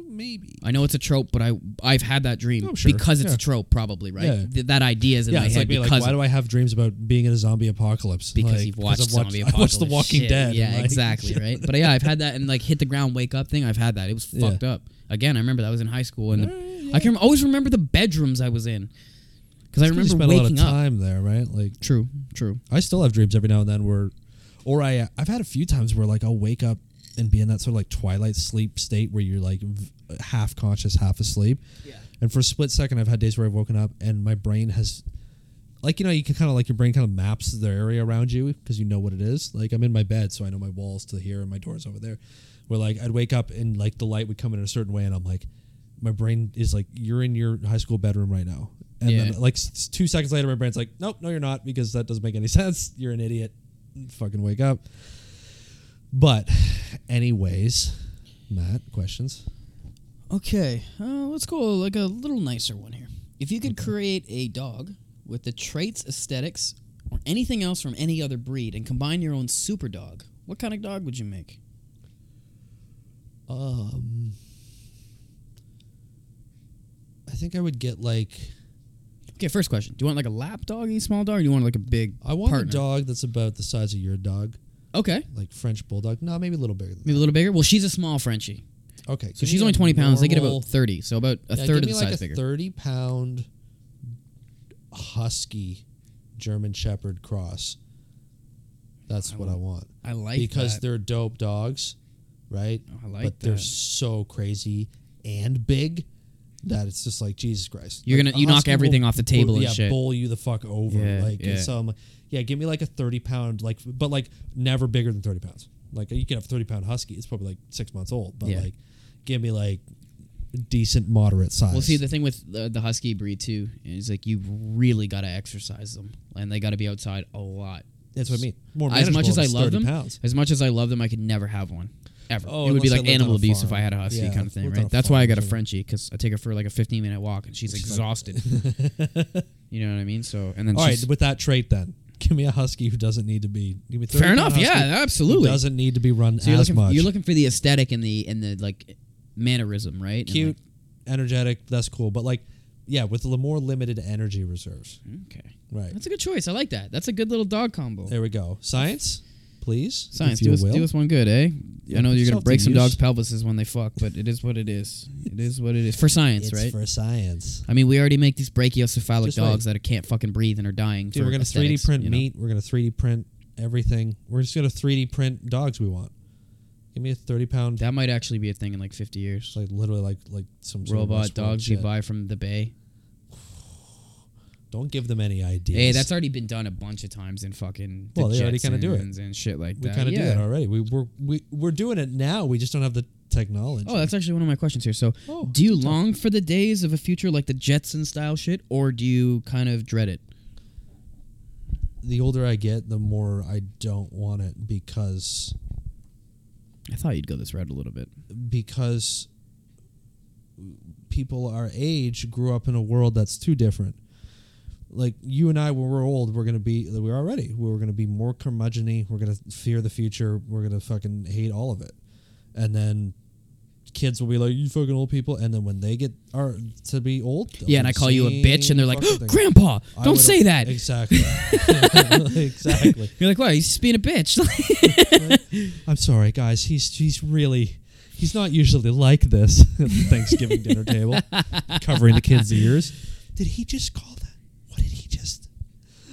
maybe.
I know it's a trope, but I I've had that dream
Oh, sure.
because it's
Yeah.
a trope, probably right.
Yeah.
Th- that idea is in
Yeah,
my
it's like
head
me. Like,
because
why do I have dreams about being in a zombie apocalypse?
because
Like,
you've watched
I've
zombie
I watched
apocalypse.
The Walking
shit.
Dead.
Yeah,
and, like,
exactly right. But yeah, I've had that and like hit the ground, wake up thing. I've had that. It was
Yeah.
fucked up. Again, I remember that was in high school, and the,
Alright,
I can always remember the bedrooms I was in because I
You
remember
spent a lot of
waking up.
time there, right? Like,
True, true.
I still have dreams every now and then where, or I I've had a few times where like I'll wake up and be in that sort of like twilight sleep state where you're like v- half conscious, half asleep.
Yeah.
And for a split second, I've had days where I've woken up and my brain has, like you know, you can kind of like your brain kind of maps the area around you because you know what it is. Like I'm in my bed, so I know my walls to here and my doors over there. Where like I'd wake up and like the light would come in a certain way, and I'm like, my brain is like, you're in your high school bedroom right now. And
Yeah.
then like s- two seconds later, my brain's like, nope, no, you're not, because that doesn't make any sense. You're an idiot. Fucking wake up. But, anyways, Matt, questions?
Okay, uh, let's go like a little nicer one here. If you could create a dog with the traits, aesthetics, or anything else from any other breed, and combine your own super dog, what kind of dog would you make?
Um, I think I would get like
Okay, first question: Do you want like a lap doggy, small dog, or do you want like a big?
I want
partner?
a dog that's about the size of your dog,
Okay,
like French bulldog. No, maybe a little bigger than
maybe a little bigger. Well, she's a small Frenchie,
that. Okay,
so she's only twenty pounds. They get about thirty, so about a third of the
like
size
a
bigger.
Thirty pound husky German Shepherd cross. That's what I want
I like
because
that.
they're dope dogs, right?
Oh, I like
but they're
that.
so crazy and big that it's just like Jesus Christ.
You're
Like,
gonna-
a
you knock
husky will
everything off the
bull-
table and
yeah,
shit.
bowl you the fuck over.
Yeah,
like and
yeah.
so I'm like, yeah, give me like a thirty pound like, but like never bigger than thirty pounds. Like you can have a thirty pound husky. It's probably like six months old, but
Yeah.
like give me like decent moderate size.
Well, see, the thing with the, the husky breed too is like you really got to exercise them, and they got to be outside a lot.
that's what I mean. More
as much
manageable
as
if
I
it's
love
30
them,
pounds.
as much as I love them, I could never have one ever.
Oh,
it would be
unless I
like
lived on
animal
a
abuse if
farm.
I had a husky
Yeah,
kind of thing,
lived on
right?
a
That's why I
farm,
got a
so-
Frenchie because I take her for like a 15 minute walk and she's
like-
exhausted. you know what I mean? So and then
All right,
she's,
with that trait then. Give me a husky who doesn't need to be. Give me 30
fair
pound
enough.
husky
Yeah,
who
absolutely.
Doesn't need to be run
so you're
as
looking,
much.
you're looking for the aesthetic and the and the like mannerism, right? And,
cute, energetic. That's cool. But like, yeah, with the more limited energy reserves.
like, okay,
Right
that's a good choice. I like that. That's a good little dog combo.
there, we go. Science, please.
Science,
if
do
you
us,
will.
do us one good, eh? I know
put
you're gonna
yourself to
break some dogs'
use.
pelvises when they fuck, but it is what it is. It is what it is for science,
It's
right?
for science.
I mean, we already make these brachiocephalic
Just
dogs that can't fucking breathe and are dying.
Dude,
for
we're gonna three D
aesthetics,
print
you know?
meat. We're gonna three D print everything. We're just gonna three D print dogs we want. Give me a thirty pound,
That might actually be a thing in like 50 years.
it's like literally like like some sort of
Robot
Westworld
dogs you
shit.
buy from the bay.
Don't give them any ideas.
Hey, that's already been done a bunch of times in fucking. The
Well, they already
kind
kinda
of
do it.
and shit like
we
that.
kind of
yeah.
do that already. We we're we, we're doing it now. We just don't have the technology.
Oh, that's actually one of my questions here. So,
Oh,
do you long for the days of a future like the Jetson style shit, or do you kind of dread it?
the older I get, the more I don't want it because
I thought you'd go this route a little bit.
because people our age grew up in a world that's too different. Like you and I, when we're old, we're gonna be we're already we're gonna be more curmudgeony. We're gonna fear the future. We're gonna fucking hate all of it, and then kids will be like, "You fucking old people," and then when they get are to be old, they'll
Yeah, and
do
I
the
call you a
same
bitch, and they're like,
fucking thing.
"Grandpa,
I
don't
would-
say that."
exactly, exactly."
You're like, "Why? He's just being a bitch."
I'm sorry, guys. He's he's really he's not usually like this at the Thanksgiving dinner table, covering the kids' ears. Did he just call that? What did he just?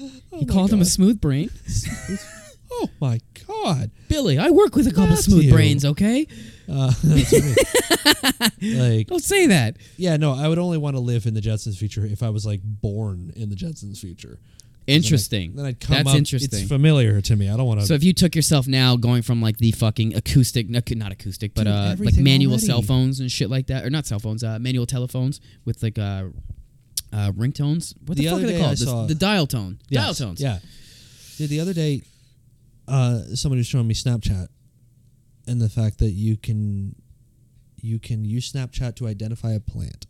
Oh
you called him a smooth brain,
a. oh my god!
Billy. I work with a couple smooth
Matthew.
brains. Okay,
Uh, that's what I mean. like
don't say that.
yeah, no. I would only want to live in the Jetsons' future if I was like born in the Jetsons' future.
Interesting.
Then I'd come
That's
up.
interesting.
It's familiar to me. I don't want to.
so if you took yourself now, going from like the fucking acoustic, no, not acoustic, but
Dude,
uh, like
everything
manual cell
already.
phones and shit like that, or not cell phones, uh, manual telephones with like uh, uh, ringtones. What the,
The
fuck
other
are they
day I
called?
saw-
the, the dial tone. Dial tones.
Yeah. Dude, the other day, uh, somebody was showing me Snapchat, and the fact that you can, you can use Snapchat to identify a plant.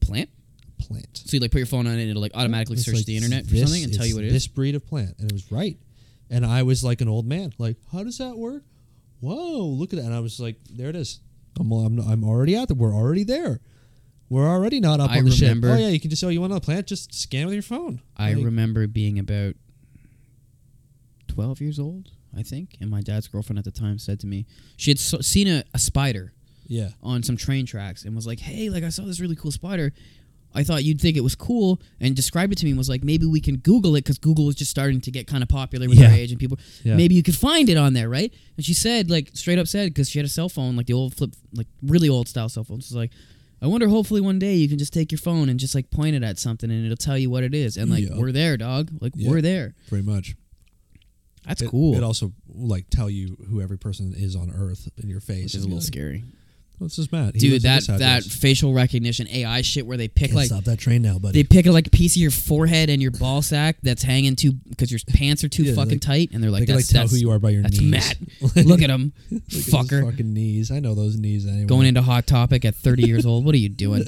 Plant.
Plant.
So you like put your phone on it, and it'll like automatically
It's
search
like,
the internet for
this
something and tell you what it is.
This breed of plant, and it was right. And I was like an old man. Like, how does that work? Whoa, look at that! And I was like, there it is. I'm, I'm, I'm already out there. We're already there. We're already not up
I
on the
remember-
ship. Oh yeah, you can just oh you want another plant? Just scan with your phone.
I
Like,
remember being about 12 years old, I think, and my dad's girlfriend at the time said to me, she had so- seen a, a spider
yeah.
on some train tracks and was like, "Hey, like I saw this really cool spider. I thought you'd think it was cool." And described it to me and was like, "Maybe we can Google it because Google is just starting to get kind of popular with
Yeah.
our age and people.
Yeah.
Maybe you could find it on there, right?" And she said, like straight up said, because she had a cell phone, like the old flip, like really old style cell phone. She's like. I wonder. Hopefully, one day you can just take your phone and just like point it at something, and it'll tell you what it is. And like,
Yeah.
we're there, dog. Like,
Yeah.
we're there.
Pretty much.
That's
It-
cool.
It also like tell you who every person is on Earth in your face.
which is a
And
little
you're like,
scary,
"Oh, this is Matt. He
dude.
lives in
That
this
that
address."
facial recognition AI shit, where they pick
Can't
like
stop that train now, buddy.
They pick like a piece of your forehead and your ball sack that's hanging too because your pants are too
Yeah,
fucking
like-
tight, and they're like,
they can like
"That's
tell
that's,
who you are by your
that's
knees.
Matt.
Like,
Look at him,
look at his
fucker,
fucking knees. I know those knees anyway.
going into Hot Topic at 30 years old. What are you doing?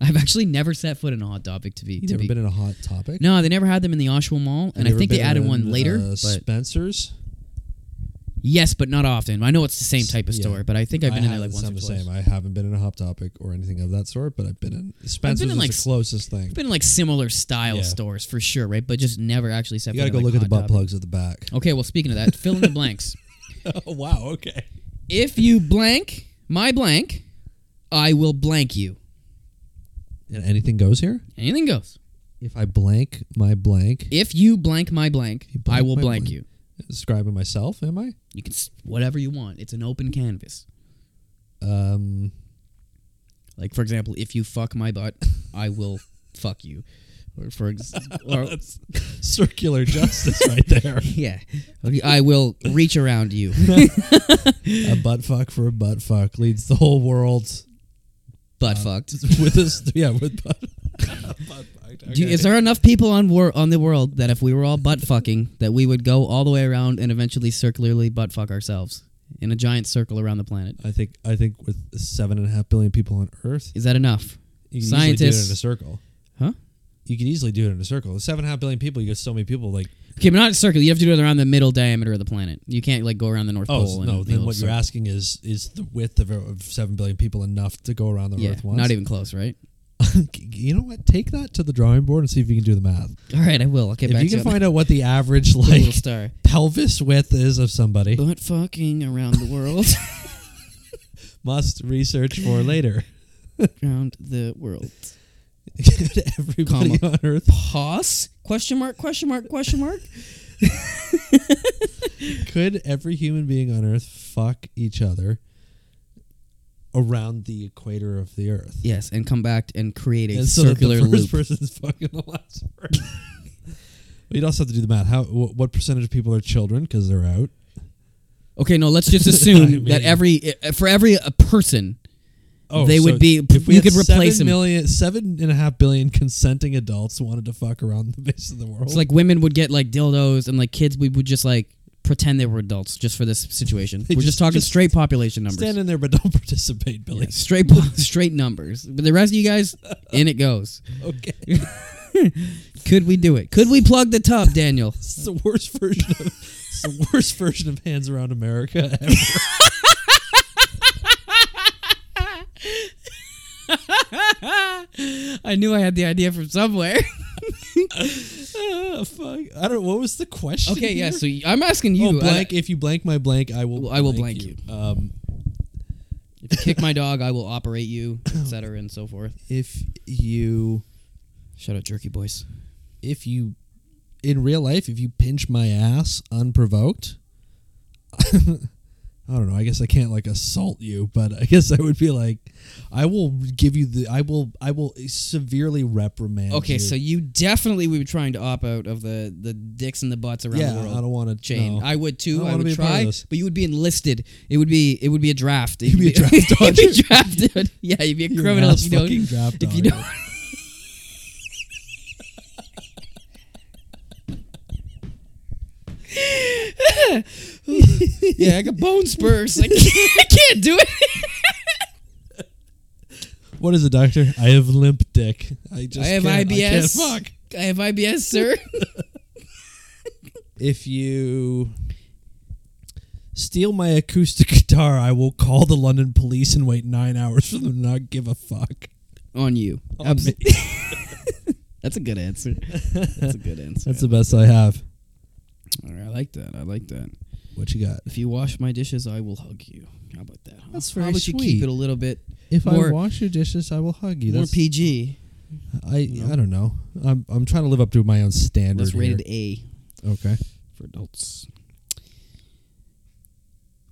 I've actually never set foot in a Hot Topic to be.
You
to
never
be-
been in a hot topic?
no, they never had them in the Oshawa Mall, and I
Never
think they
been
added
in,
one later.
uh,
but
Spencer's.
yes, but not often. I know it's the same type of
Yeah.
store, but I think I've been in there like
haven't-
once
it's
or
not
twice.
the same. I haven't been in a hot topic or anything of that sort, but I've been in Spencer's
in,
is
like,
the closest thing.
I've been in like similar style
Yeah.
stores for sure, right? But just never actually set
You
foot
gotta
in
go
like,
look at the
Hot
butt
Topic.
plugs at the back.
Okay, well, speaking of that, fill in the blanks.
oh wow, okay.
if you blank my blank, I will blank you.
And anything goes here?
Anything goes.
If I blank my blank,
If you blank my blank,
You blank
I will
my
blank,
blank.
you.
describing myself, am I?
You can s- whatever you want. It's an open canvas.
Um,
Like for example, if you fuck my butt, I will fuck you. Or for ex- or,
that's circular justice right there.
yeah, Okay, I will reach around you.
a butt fuck for a butt fuck leads the whole world
Butt fucked.
with us. Yeah, with butt. butt fucked,
Do you-
okay.
is there enough people on wor- on the world that if we were all butt fucking, that we would go all the way around and eventually circularly butt fuck ourselves in a giant circle around the planet?
I think I think with seven and a half billion people on Earth,
Is that enough?
you can easily do it
Scientists-
in a circle.
Huh?
You could easily do it in a circle. With seven and a half billion people, you get so many people. Like,
Okay, but not a circle. You have to do it around the middle diameter of the planet. You can't like go around the North
oh
Pole. and
no!
make
Then
a
what you're
circle.
asking is is the width of, of seven billion people enough to go around the
Yeah,
Earth once?
not even close, right?
you know what? Take that to the drawing board and see if you can do the math.
All right, I will. I'll get
if
back
you
to
can
you. on
find out what the average
that. little
like
star.
pelvis width is of somebody,
Butt fucking around the world,
must research for later.
around the world.
Could Everybody on Earth.
Pause? Question mark? Question mark? Question mark?
Could every human being on Earth fuck each other around the equator of the Earth?
yes, and come back and create a
and so that
circular
the first
loop.
person's fucking the last person. But You'd also have to do the math. How wh- what percentage of people are children because they're out?
Okay, no. Let's just
I
assume
mean-
that every uh, for every a person, They would be-
Oh, If we
you
had
could replace
seven
them.
million- seven and a half billion consenting adults wanted to fuck around the base of the world.
it's like women would get like dildos, and like kids, we would just like pretend they were adults just for this situation.
They
We're just,
just-
talking
just
straight population numbers.
stand in there, but don't participate, Billy.
Yeah, straight po- straight numbers. But the rest of you guys, in it goes.
Okay,
Could we do it? Could we plug the tub, Daniel?
it's the worst version of it's the worst version of hands around America ever.
I knew I had the idea from somewhere.
Ah, fuck. I don't. What was the question?
okay, yeah.
here?
So y- I'm asking you.
oh, blank.
I,
if you blank my blank, I will.
Well, I will blank
Um,
if you kick my dog, I will operate you, etc. and so forth.
if you,
Shout out, Jerky Boys.
if you, in real life, if you pinch my ass unprovoked, I don't know. I guess I can't like assault you, but I guess I would be like, I will give you the, I will, I will severely reprimand.
Okay,
you.
so you definitely would be trying to opt out of the the dicks and the butts around
yeah,
the world
I don't want to
chain. I would
I
too.
don't
I,
wanna
would
be a part of
try,
this.
but you would be enlisted. It would be it would be a draft. You'd
be a draft
you'd be
dodger.
drafted. Yeah, you'd be a
You're an
criminal
ass
if you don't.
fucking draft
If you
dodger.
don't. yeah, I got bone spurs. I can't, I can't do it.
What is it, doctor? I have limp dick. I just
I have
can't- I can't
IBS.
fuck.
I have IBS, sir.
If you steal my acoustic guitar, I will call the London police and wait nine hours for them to not give a fuck.
On you.
on
Abs-
me.
That's a good answer. That's a good answer.
That's the best I have.
All right, I like that. I like that.
What you got?
If you wash my dishes, I will hug you. How about that? Huh?
That's very
How about you
sweet.
keep it a little bit
If
More-
I wash your dishes, I will hug you.
more
That's,
PG?
I
No.
I don't know. I'm I'm trying to live up to my own standard.
That's
here.
rated A
Okay.
for adults.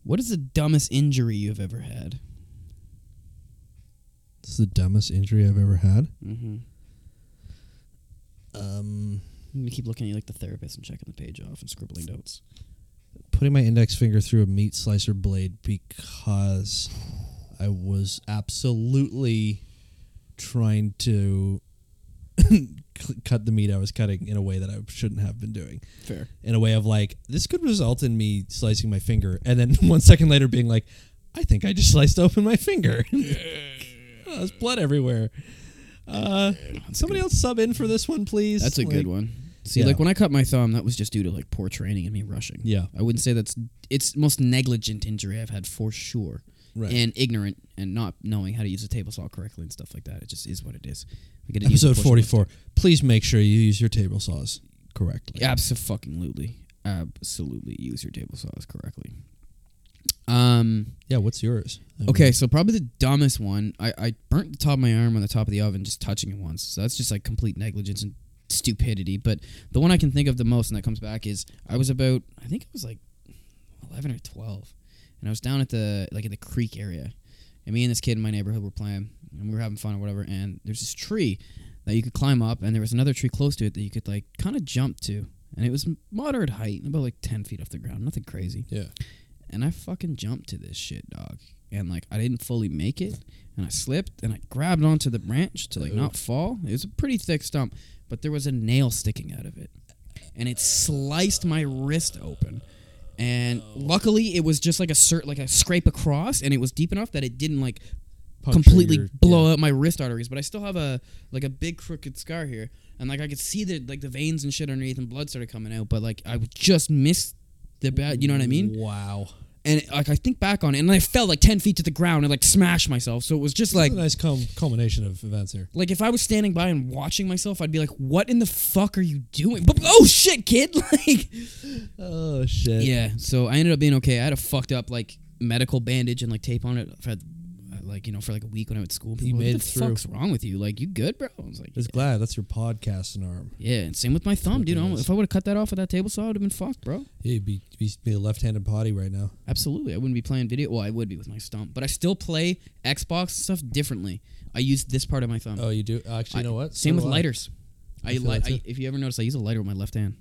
What is the dumbest injury you've ever had?
This is the dumbest injury I've ever had.
Mm-hmm.
Um,
You keep looking at you like the therapist and checking the page off and scribbling notes.
putting my index finger through a meat slicer blade because I was absolutely trying to cl- cut the meat I was cutting in a way that I shouldn't have been doing.
Fair.
In a way of like, this could result in me slicing my finger, and then one second later being like, I think I just sliced open my finger. oh, there's blood everywhere. Uh, somebody else sub in for this one, please.
That's a
Like-
good one. See,
Yeah.
like when I cut my thumb, that was just due to like poor training and me rushing.
Yeah,
I wouldn't say that's it's the most negligent injury I've had for sure,
right.
and ignorant and not knowing how to use a table saw correctly and stuff like that. It just is what it is. We gotta use the
Episode
portion left.
44. Please make sure you use your table saws correctly.
Absolutely. Absolutely use your table saws correctly. Um
Yeah, what's yours? I
okay,
mean,
so probably the dumbest one. I, I burnt the top of my arm on the top of the oven just touching it once. So that's just like complete negligence and stupidity. But the one I can think of the most and that comes back is I was about I think it was like eleven or twelve. And I was down at the like at the creek area. And me and this kid in my neighborhood were playing and we were having fun or whatever and there's this tree that you could climb up and there was another tree close to it that you could like kind of jump to. And it was moderate height, about like ten feet off the ground, nothing crazy
Yeah.
and I fucking jumped to this shit, dog. And like I didn't fully make it, and I slipped, and I grabbed onto the branch to like not fall. It was a pretty thick stump, but there was a nail sticking out of it, and it sliced my wrist open. And luckily, it was just like a cert, like a scrape across, and it was deep enough that it didn't like
Puncture
completely
your-
blow out my wrist arteries. But I still have a like a big crooked scar here, and like I could see the like the veins and shit underneath, and blood started coming out. But like I just missed the bat. You know what I mean?
Wow.
and like I think back on it, and I fell like ten feet to the ground and like smashed myself. So it was just like,
It's a nice com- culmination of events here.
like if I was standing by and watching myself, I'd be like, "What in the fuck are you doing?" But oh shit, kid! Like,
Oh, shit.
yeah. So I ended up being okay. I had a fucked up like medical bandage and like tape on it for like you know for like a week when I was at school. People were like,
made it
what the
through.
fuck's wrong with you? Like, you good, bro? I was like,
Just glad that's your podcasting arm.
yeah. And same with my thumb, dude. I almost- if I would have cut that off with that table saw, I would have been fucked, bro.
Yeah, you'd be, be, be a left handed potty right now.
Absolutely. I wouldn't be playing video. Well, I would be with my stump, but I still play Xbox stuff differently. I use this part of my thumb.
Oh, you do? Actually, you
I-
know what?
Same
So
with
do I.
lighters. I,
I feel
li-
that
I,
too.
if you ever notice, I use a lighter with my left hand.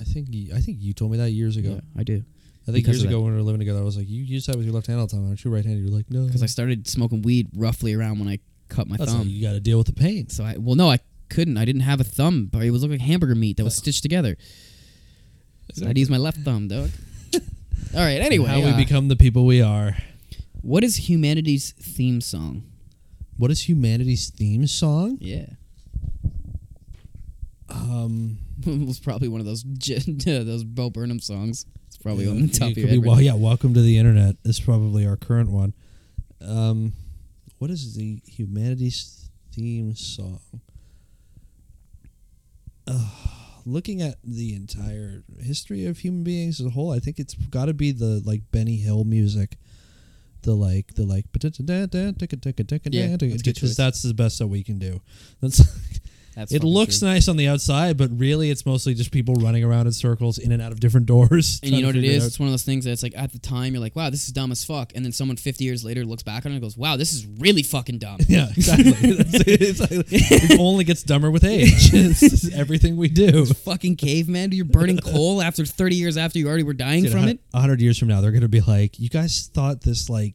I think you, I think you Mm-hmm. told me that years ago.
Yeah, I do
I think
Because
years
of
ago when we were living together, I was like, you use that with your left hand all the time. Aren't you right handed? You're like, no.
because I started smoking weed roughly around when I cut my
that's how
thumb.
you got to deal with the pain.
so I well, no, I couldn't. I didn't have a thumb, but it was looking like hamburger meat that was stitched together. So I'd use my left thumb, dog. All right. Anyway,
how
uh,
we become the people we are.
what is humanity's theme song?
What is humanity's theme song?
Yeah,
Um,
it was probably one of those j- those Bo Burnham songs. It's probably on the
It
top of
could
your
be-
head.
well,
right?
yeah. Welcome to the internet is probably our current one. Um, what is the humanities theme song? Uh, looking at the entire history of human beings as a whole, I think it's got to be the like Benny Hill music. The like, the like,
Yeah, that's a good
because
choice.
that's the best that we can do. That's
That's
it
fucking
looks
true.
nice on the outside, but really it's mostly just people running around in circles in and out of different doors.
And
trying
you know what
to
it
figure
is?
out-
It's one of those things that's like at the time you're like, wow, this is dumb as fuck. And then someone 50 years later looks back on it and goes, wow, this is really fucking dumb.
Yeah, exactly. That's it. It's like- it only gets dumber with age. It's just everything we do.
fucking caveman, you're burning coal after 30 years after you already were dying
Dude, a
from
hun-
it.
A hundred years from now, they're gonna be like, you guys thought this like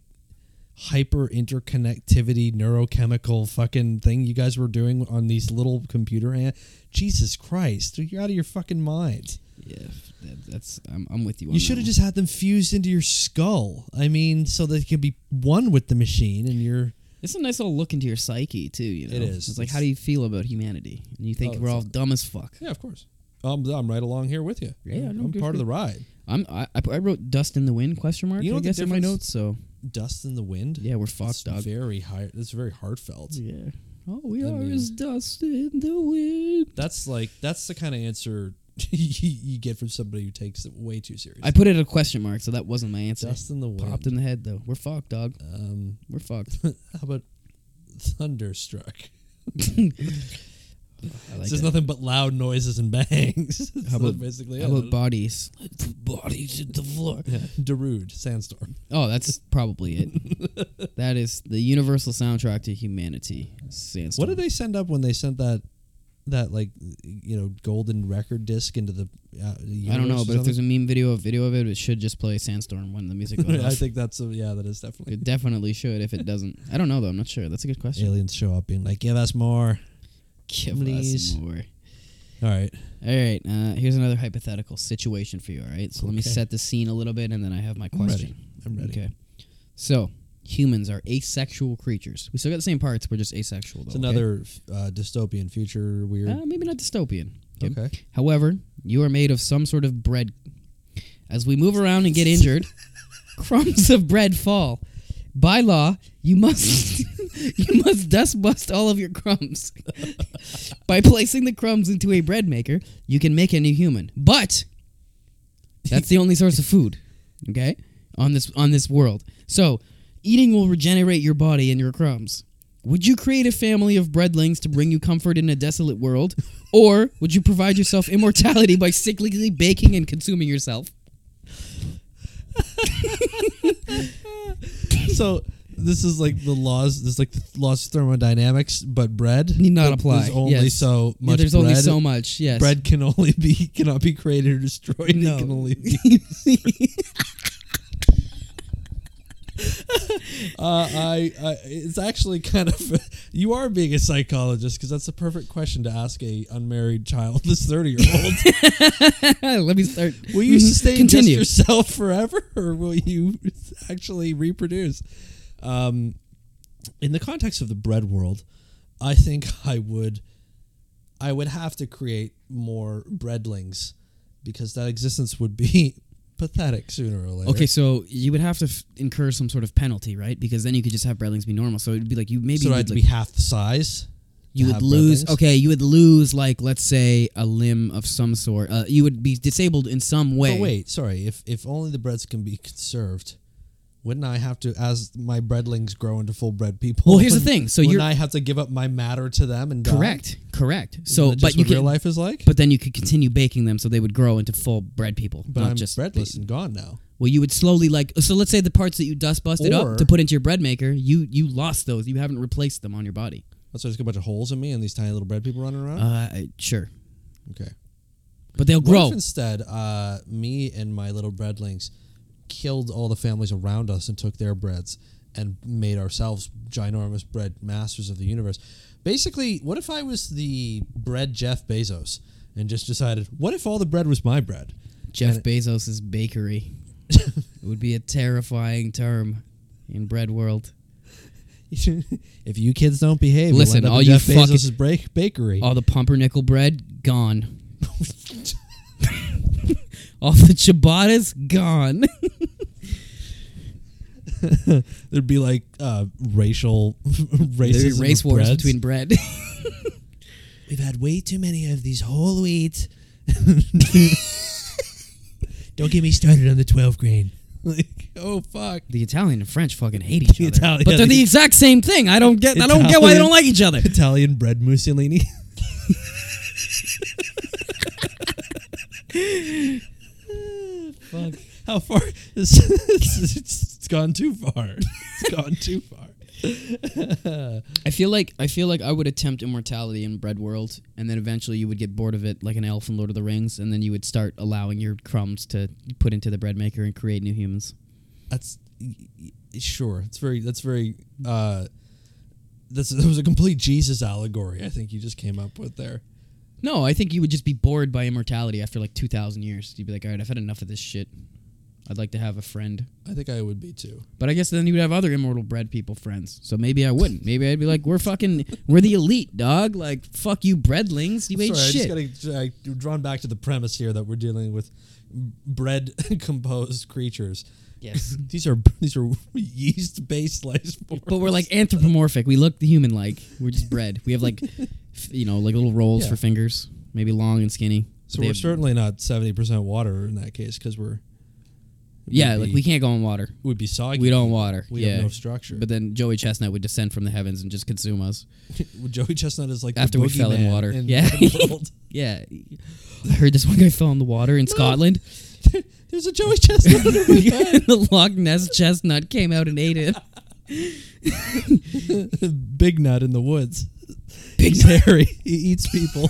hyper interconnectivity neurochemical fucking thing you guys were doing on these little computer an- Jesus Christ, dude, you're out of your fucking mind.
Yeah, that, that's I'm, I'm with you. On
You
that
should have
one.
just had them fused into your skull. I mean, so they could be one with the machine and you're
It's a nice little look into your psyche too. You know,
It is.
It's like,
It's-
how do you feel about humanity? And you think
Oh,
we're all
it's-
dumb as fuck.
Yeah, of course. I'm, I'm right along here with you.
Yeah, I don't
I'm
give a
part of the ride.
I'm I, I put- I wrote dust in the wind question mark.
You
I
know what the
guess in my notes.
difference-
So
Dust in the wind.
yeah, we're fucked, dog.
That's very high. That's very heartfelt.
Yeah. All Oh, we
I
are
mean-
is dust in the wind.
That's like that's the kind of answer you, you get from somebody who takes it way too seriously.
I put it a question mark, so that wasn't my answer.
Dust in the wind.
Popped in the head though. We're fucked, dog.
um,
We're fucked.
how about thunderstruck?
I like
It's just
that.
nothing but loud noises and bangs. That's
How about-
basically
How
it.
about bodies? Bodies hit the floor.
yeah. Darude sandstorm.
Oh, that's probably it. that is the universal soundtrack to humanity. Sandstorm.
What did they send up when they sent that that like you know golden record disc into the? Uh,
I don't know, but if there's a meme video, a video of it, it should just play Sandstorm when the music goes
I
off.
think that's a, yeah, that is definitely
It definitely should. If it doesn't, I don't know though. I'm not sure. That's a good question.
aliens show up being like, give us more.
Give
Please.
us more.
All right.
All right. Uh, here's another hypothetical situation for you. All right. So let me
Okay.
set the scene a little bit, and then I have my
I'm ready.
question.
I'm ready.
Okay. So humans are asexual creatures. We still got the same parts. We're just asexual. Though,
It's
okay?
another uh, dystopian future weird.
Uh, maybe not dystopian. Okay.
okay.
However, you are made of some sort of bread. As we move around and get injured, crumbs of bread fall. By law, you must you must dust bust all of your crumbs. By placing the crumbs into a bread maker, you can make a new human. But that's the only source of food, okay? On this on this world. So, eating will regenerate your body and your crumbs. Would you create a family of breadlings to bring you comfort in a desolate world, or would you provide yourself immortality by cyclically baking and consuming yourself?
so this is like the laws. This is like the laws of thermodynamics, but bread
Need not
There-
apply.
There's only
Yes.
so
Yeah,
much.
there's
bread.
only so much. Yes.
Bread can only be cannot be created or destroyed.
No.
It can only be. Uh, I, I. It's actually kind of. You are being a psychologist because that's the perfect question to ask a unmarried child, this thirty year old.
Let me start.
Will you
Mhm.
sustain
Continue.
just yourself forever, or will you actually reproduce? Um, in the context of the bread world, I think I would, I would have to create more breadlings, because that existence would be pathetic sooner or later.
Okay, so you would have to f- incur some sort of penalty, right? Because then you could just have breadlings be normal. So it'd be like you maybe
so
you
I'd
would,
be
like,
half the size.
you
to
would
have
lose.
breadlings.
Okay, you would lose like let's say a limb of some sort. Uh, you would be disabled in some way.
But Oh, wait, sorry. If if only the breads can be conserved, wouldn't I have to, as my breadlings grow into full breed people?
Well, here's the
wouldn't-
thing, so
wouldn't
you're-
I have to give up my matter to them and die?
Correct. Correct.
Isn't
So,
that
but
just
you
what real
could.
life is like.
But then you could continue baking them, so they would grow into full bread people,
But
not
I'm
just
breadless and gone now.
Well, you would slowly like so. Let's say the parts that you dust busted
Or-
up to put into your bread maker, you you lost those. You haven't replaced them on your body.
That's why there's a bunch of holes in me and these tiny little bread people running around.
Uh, sure,
okay.
but they'll
What
grow.
if instead, uh, me and my little breadlings killed all the families around us and took their breads and made ourselves ginormous bread masters of the universe? Basically, what if I was the bread Jeff Bezos and just decided, what if all the bread was my bread?
Jeff Bezos's bakery. it would be a terrifying term in bread world.
if you kids don't behave, you'll
Listen,
end up
all
in
you
Jeff
fucking-
Bezos's break bakery.
All the pumpernickel bread gone. All the ciabattas gone.
There'd be like uh, racial
There'd
racism
be race
of
wars
breads.
between bread.
We've had way too many of these whole wheat. Don't get me started on the 12 grain. Like, oh fuck.
the Italian and French fucking hate each other,
Italian-
but they're the exact same thing. I don't get. I don't get why they don't like each other.
Italian bread Mussolini.
Fuck.
How far? This, it's gone too far. It's gone too far.
I feel like I feel like I would attempt immortality in Bread World, and then eventually you would get bored of it, like an elf in Lord of the Rings, and then you would start allowing your crumbs to put into the bread maker and create new humans.
That's y- y- sure. It's very. That's very. Uh, that's that was a complete Jesus allegory. I think you just came up with there.
No, I think you would just be bored by immortality after like two thousand years. You'd be like, all right, I've had enough of this shit. I'd like to have a friend.
I think I would be too.
But I guess then you would have other immortal bread people friends. So maybe I wouldn't. Maybe I'd be like, we're fucking, we're the elite, dog. Like, fuck you, breadlings. You ate
Sorry,
shit.
I just gotta I, drawn back to the premise here that we're dealing with bread composed creatures.
yes.
These are these are yeast based life forms.
But we're like anthropomorphic. We look human like. We're just bread. We have like, f- you know, like little rolls
Yeah.
for fingers, maybe long and skinny.
so
They
we're
have-
certainly not seventy percent water in that case because we're
Yeah,
we'd
like
be-
we can't go on water.
we'd be soggy.
We don't water.
We
yeah.
have no structure.
But then Joey Chestnut would descend from the heavens and just consume us.
Joey Chestnut is like the
After we fell in
boogeyman
water.
in
Yeah.
the world.
Yeah. I heard this one guy fell in the water in Scotland.
There's a Joey Chestnut under my head.
the Loch Ness chestnut came out and ate it.
Big Nut in the woods. Big He's hairy. He eats people.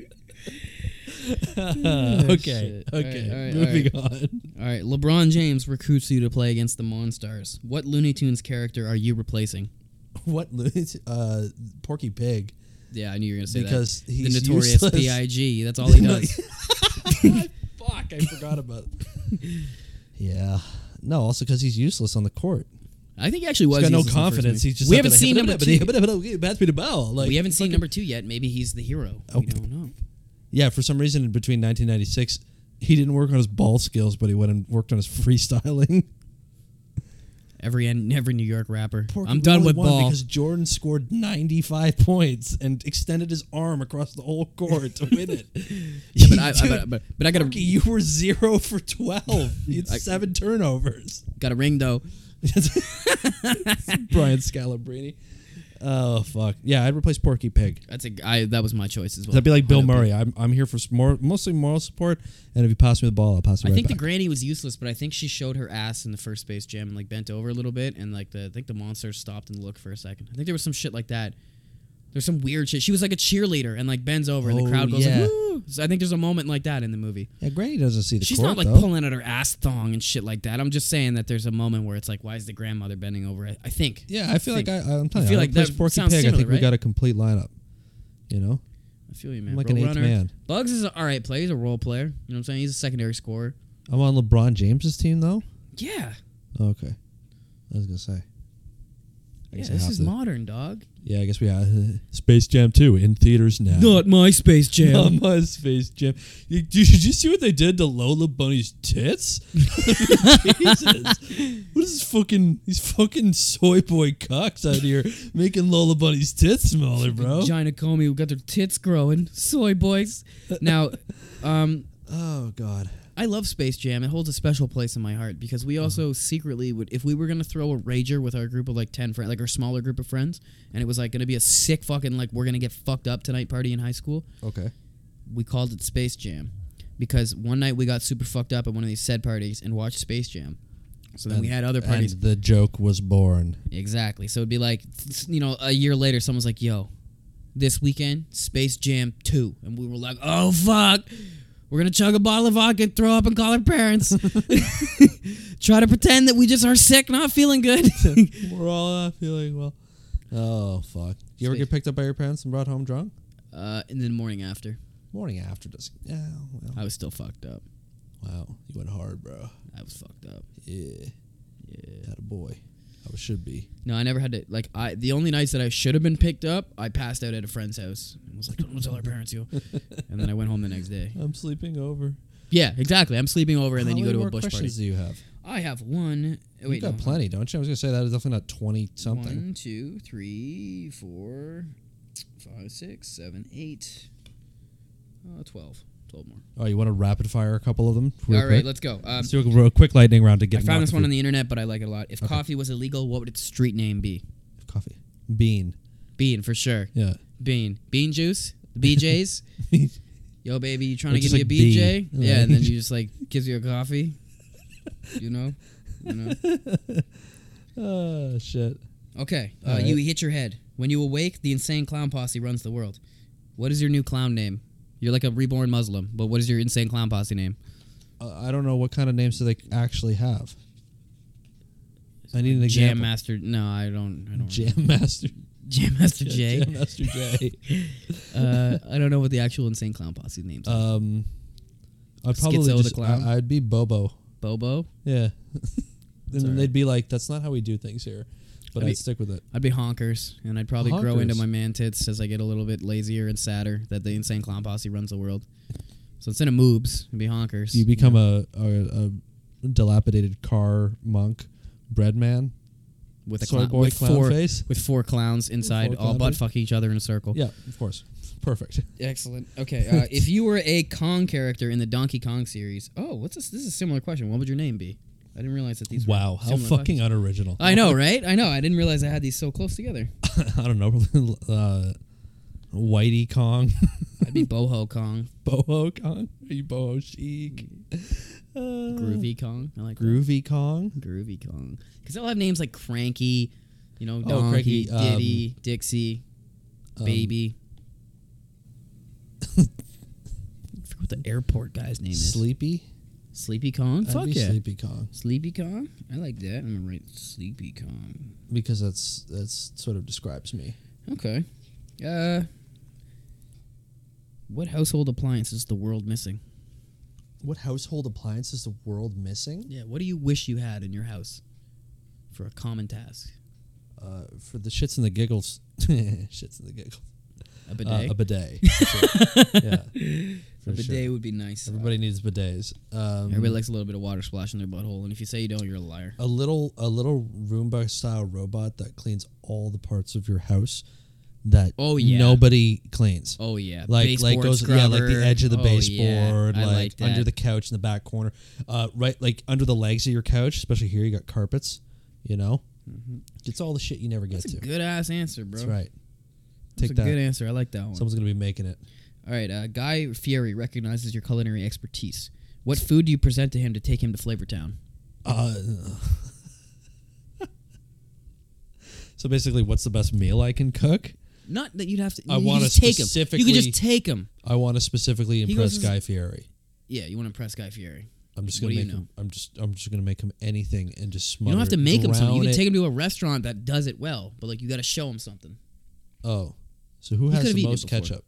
okay.
Oh, shit. All right,
Okay.
all right, all
Moving on.
All right, LeBron James recruits you to play against the Monstars. What Looney Tunes character are you replacing?
What? lo- Uh, Porky Pig.
Yeah, I knew you were gonna say
Because
that.
he's
the notorious
useless.
P.I.G. That's all he
No,
does.
Fuck! I forgot about. yeah. No. Also, because he's useless on the court.
I think he actually was.
He's got no
useless in the first
confidence.
movie.
He's just
we
up
haven't
there
seen
like,
number
"Hit it
two.
up, hit it up, hit it up, pass me the ball. Like,
we haven't seen number two yet. Maybe he's the hero.
Oh.
We don't know.
Yeah, for some reason, in between 1996, he didn't work on his ball skills, but he went and worked on his freestyling.
Every and every New York rapper.
Porky
I'm done
really
with
won
ball.
because Jordan scored 95 points and extended his arm across the whole court to win it.
Yeah, but I, I,
Dude,
but, but, but I got
Porky,
a
you were zero for 12. You had
I-
seven turnovers.
got a ring though.
Brian Scalabrine. Oh fuck! Yeah, I'd replace Porky Pig.
That's a I, that was my choice as well.
That'd be like Bill
100%.
Murray. I'm, I'm here for s- more, mostly moral support, and if you pass me the ball, I'll pass it
I
right
think the
back.
granny was useless, but I think she showed her ass in the first Space Jam and like bent over a little bit, and like the I think the monster stopped and looked for a second. I think there was some shit like that. There's some weird shit. She was like a cheerleader and like bends over, and
Oh,
the crowd goes
yeah.
like, "Woo!" So I think there's a moment like that in the movie.
yeah, Granny doesn't see the
She's
court
not like
though.
pulling at her ass thong and shit like that. I'm just saying that there's a moment where it's like, why is the grandmother bending over? I, I think.
Yeah, I feel
think.
like I, I'm telling
I
you,
feel
I
like
replace
that
Porky
sounds
Pig. I
similar,
think we
right?
got a complete lineup. You know,
I feel you, man.
I'm like
Road
an eighth
runner.
man.
Bugs is an all right player. He's a role player. You know what I'm saying? He's a secondary scorer.
I'm on LeBron James's team though. Oh,
Yeah.
Okay, I was gonna say.
Yeah,
I guess I
this
have
is
to-
modern, dog.
yeah, I guess we have uh, Space Jam 2 in theaters now.
my Space
Not my Space Jam. You- Did you, see what they did to Lola Bunny's tits? Jesus. What is this fucking these fucking soy boy cocks out here making Lola Bunny's tits smaller, bro?
Vagina Comey who got their tits growing. Soy boys. Now, um,
Oh god.
I love Space Jam. It holds a special place in my heart because we also secretly would, if we were gonna throw a rager with our group of like ten friends, like our smaller group of friends, and it was like gonna be a sick fucking like we're gonna get fucked up tonight party in high school.
Okay.
We called it Space Jam because one night we got super fucked up at one of these said parties and watched Space Jam. So then we had other parties.
And the joke was born.
Exactly. So it'd be like, s- you know, a year later, someone's like, yo, this weekend, Space Jam 2. And we were like, oh, fuck. We're going to chug a bottle of vodka, throw up, and call our parents. Try to pretend that we just are sick, not feeling good.
We're all not feeling well. Oh fuck! You ever
Space-
get picked up by your parents and brought home drunk?
uh, and then morning after,
Morning after does. Yeah. Well.
I was still fucked up.
Wow, you went hard, bro.
I was fucked up.
Yeah.
Yeah.
Had a boy. I should be.
No, I never had to. Like, I the only nights that I should have been picked up, I passed out at a friend's house and was like, "Don't tell our parents, yo." and then I went home the next day.
I'm sleeping over.
Yeah, exactly. I'm sleeping over, and then
How
you go
many
to a
more
bush party.
questions do you have?
I have one. oh,
You've
Wait,
got
no,
plenty, don't you? I was gonna say that is definitely not twenty something.
One, two, three, four, five, six, seven, eight, uh, twelve. Twelve more.
Oh, you want to rapid fire a couple of them?
All
real
right,
quick?
let's go. Um,
Let's do a real quick lightning round to get.
I found this one on the internet, but I like it a lot. If coffee was illegal, what would its street name be?
coffee. Bean.
Bean for sure.
Yeah.
Bean. Bean juice. The BJ's. yo baby, you trying
Or
to give
just
me a
like B.
BJ?
Like-
Yeah, and then you just like gives you a coffee. You know, you know.
Oh shit.
Okay, uh,
All right.
you hit your head. When you awake, the insane clown posse runs the world. What is your new clown name? You're like a reborn Muslim, but what is your insane clown posse name?
Uh, I don't know what kind of names do they actually have. I need an
Jam
example.
Master. No, I don't. I don't.
Jam Master.
Jam Master J.
Jam Master J.
uh, I don't know what the actual insane clown posse names. are.
um, I'd
Schizo
probably
the
just-
Clown?
I, I'd be Bobo.
Bobo.
Yeah. and then
alright.
they'd be like, "That's not how we do things here," but
I
I'd
mean-
stick with it.
I'd be honkers, and I'd probably grow into
Honkers.
my man tits as I get a little bit lazier and sadder that the insane clown posse runs the world. So instead of moobs, it'd be honkers.
You become a, a a dilapidated car monk, bread man,
with a
soy
clown,
boy
with
clown
four
face.
with four clowns inside,
Four
all
clown
butt
face.
fucking each other in a circle.
Yeah, of course. Perfect.
Excellent. Okay, uh, if you were a Kong character in the Donkey Kong series, oh, what's this? This is a similar question. What would your name be? I didn't realize that these.
Wow,
were
how
similar
fucking
questions.
unoriginal.
I know, right? I know. I didn't realize I had these so close together.
I don't know. uh, Whitey Kong,
I'd be Boho Kong,
Boho Kong. Are you Boho Chic? Uh,
Groovy Kong. I like that.
Groovy Kong.
Groovy Kong. Because they'll have names like Cranky, you know,
Oh,
Donkey,
Cranky, um,
Diddy, Dixie,
um,
Baby. I forgot what the airport guy's name is.
Sleepy.
Sleepy Kong?
I'd
Fuck
be
yeah.
Sleepy Kong
Sleepy Kong? I like that. I'm going to write Sleepy Kong.
because that's that's sort of describes me.
Okay. Uh, what household appliance is the world missing?
What household appliance is the world missing?
Yeah, what do you wish you had in your house for a common task?
Uh, for the shits and the giggles. shits and the giggles.
A bidet?
Uh, a
a,
bidet. yeah. for
bidet
sure.
would be nice.
Everybody needs bidets. Um,
Everybody likes a little bit of water splash in their butthole, and if you say you don't, you're a liar.
a little a little Roomba style robot that cleans all the parts of your house that
Oh, yeah.
nobody cleans.
Oh yeah,
Like like
Baseboard
goes yeah like
scrubber.
the edge of the
Oh, yeah.
baseboard
I
like,
like
under
that.
the couch in the back corner uh right like under the legs of your couch especially here you got carpets you know it's all the shit you never get
That's a
to
good ass answer, bro.
that's right
That's
take
a good
that
answer. I like that one.
someone's gonna be making it
All right, uh, Guy Fieri recognizes your culinary expertise. What food do you present to him to take him to Flavortown?
uh so basically what's the best meal I can cook
Not that you'd have to.
I
you
wanna
just take him. You could
specifically-
just take him.
I want to specifically
He
impress
goes-
Guy Fieri.
Yeah, you want to impress Guy Fieri.
I'm just
What
gonna
do you
make him. I'm just. I'm just gonna make him anything and just smother.
You don't have to make him something. You
drown
can
it.
take him to a restaurant that does it well, but like you got to show him something.
Oh, so who
He
has
could've
the
eaten it
most
before.
ketchup?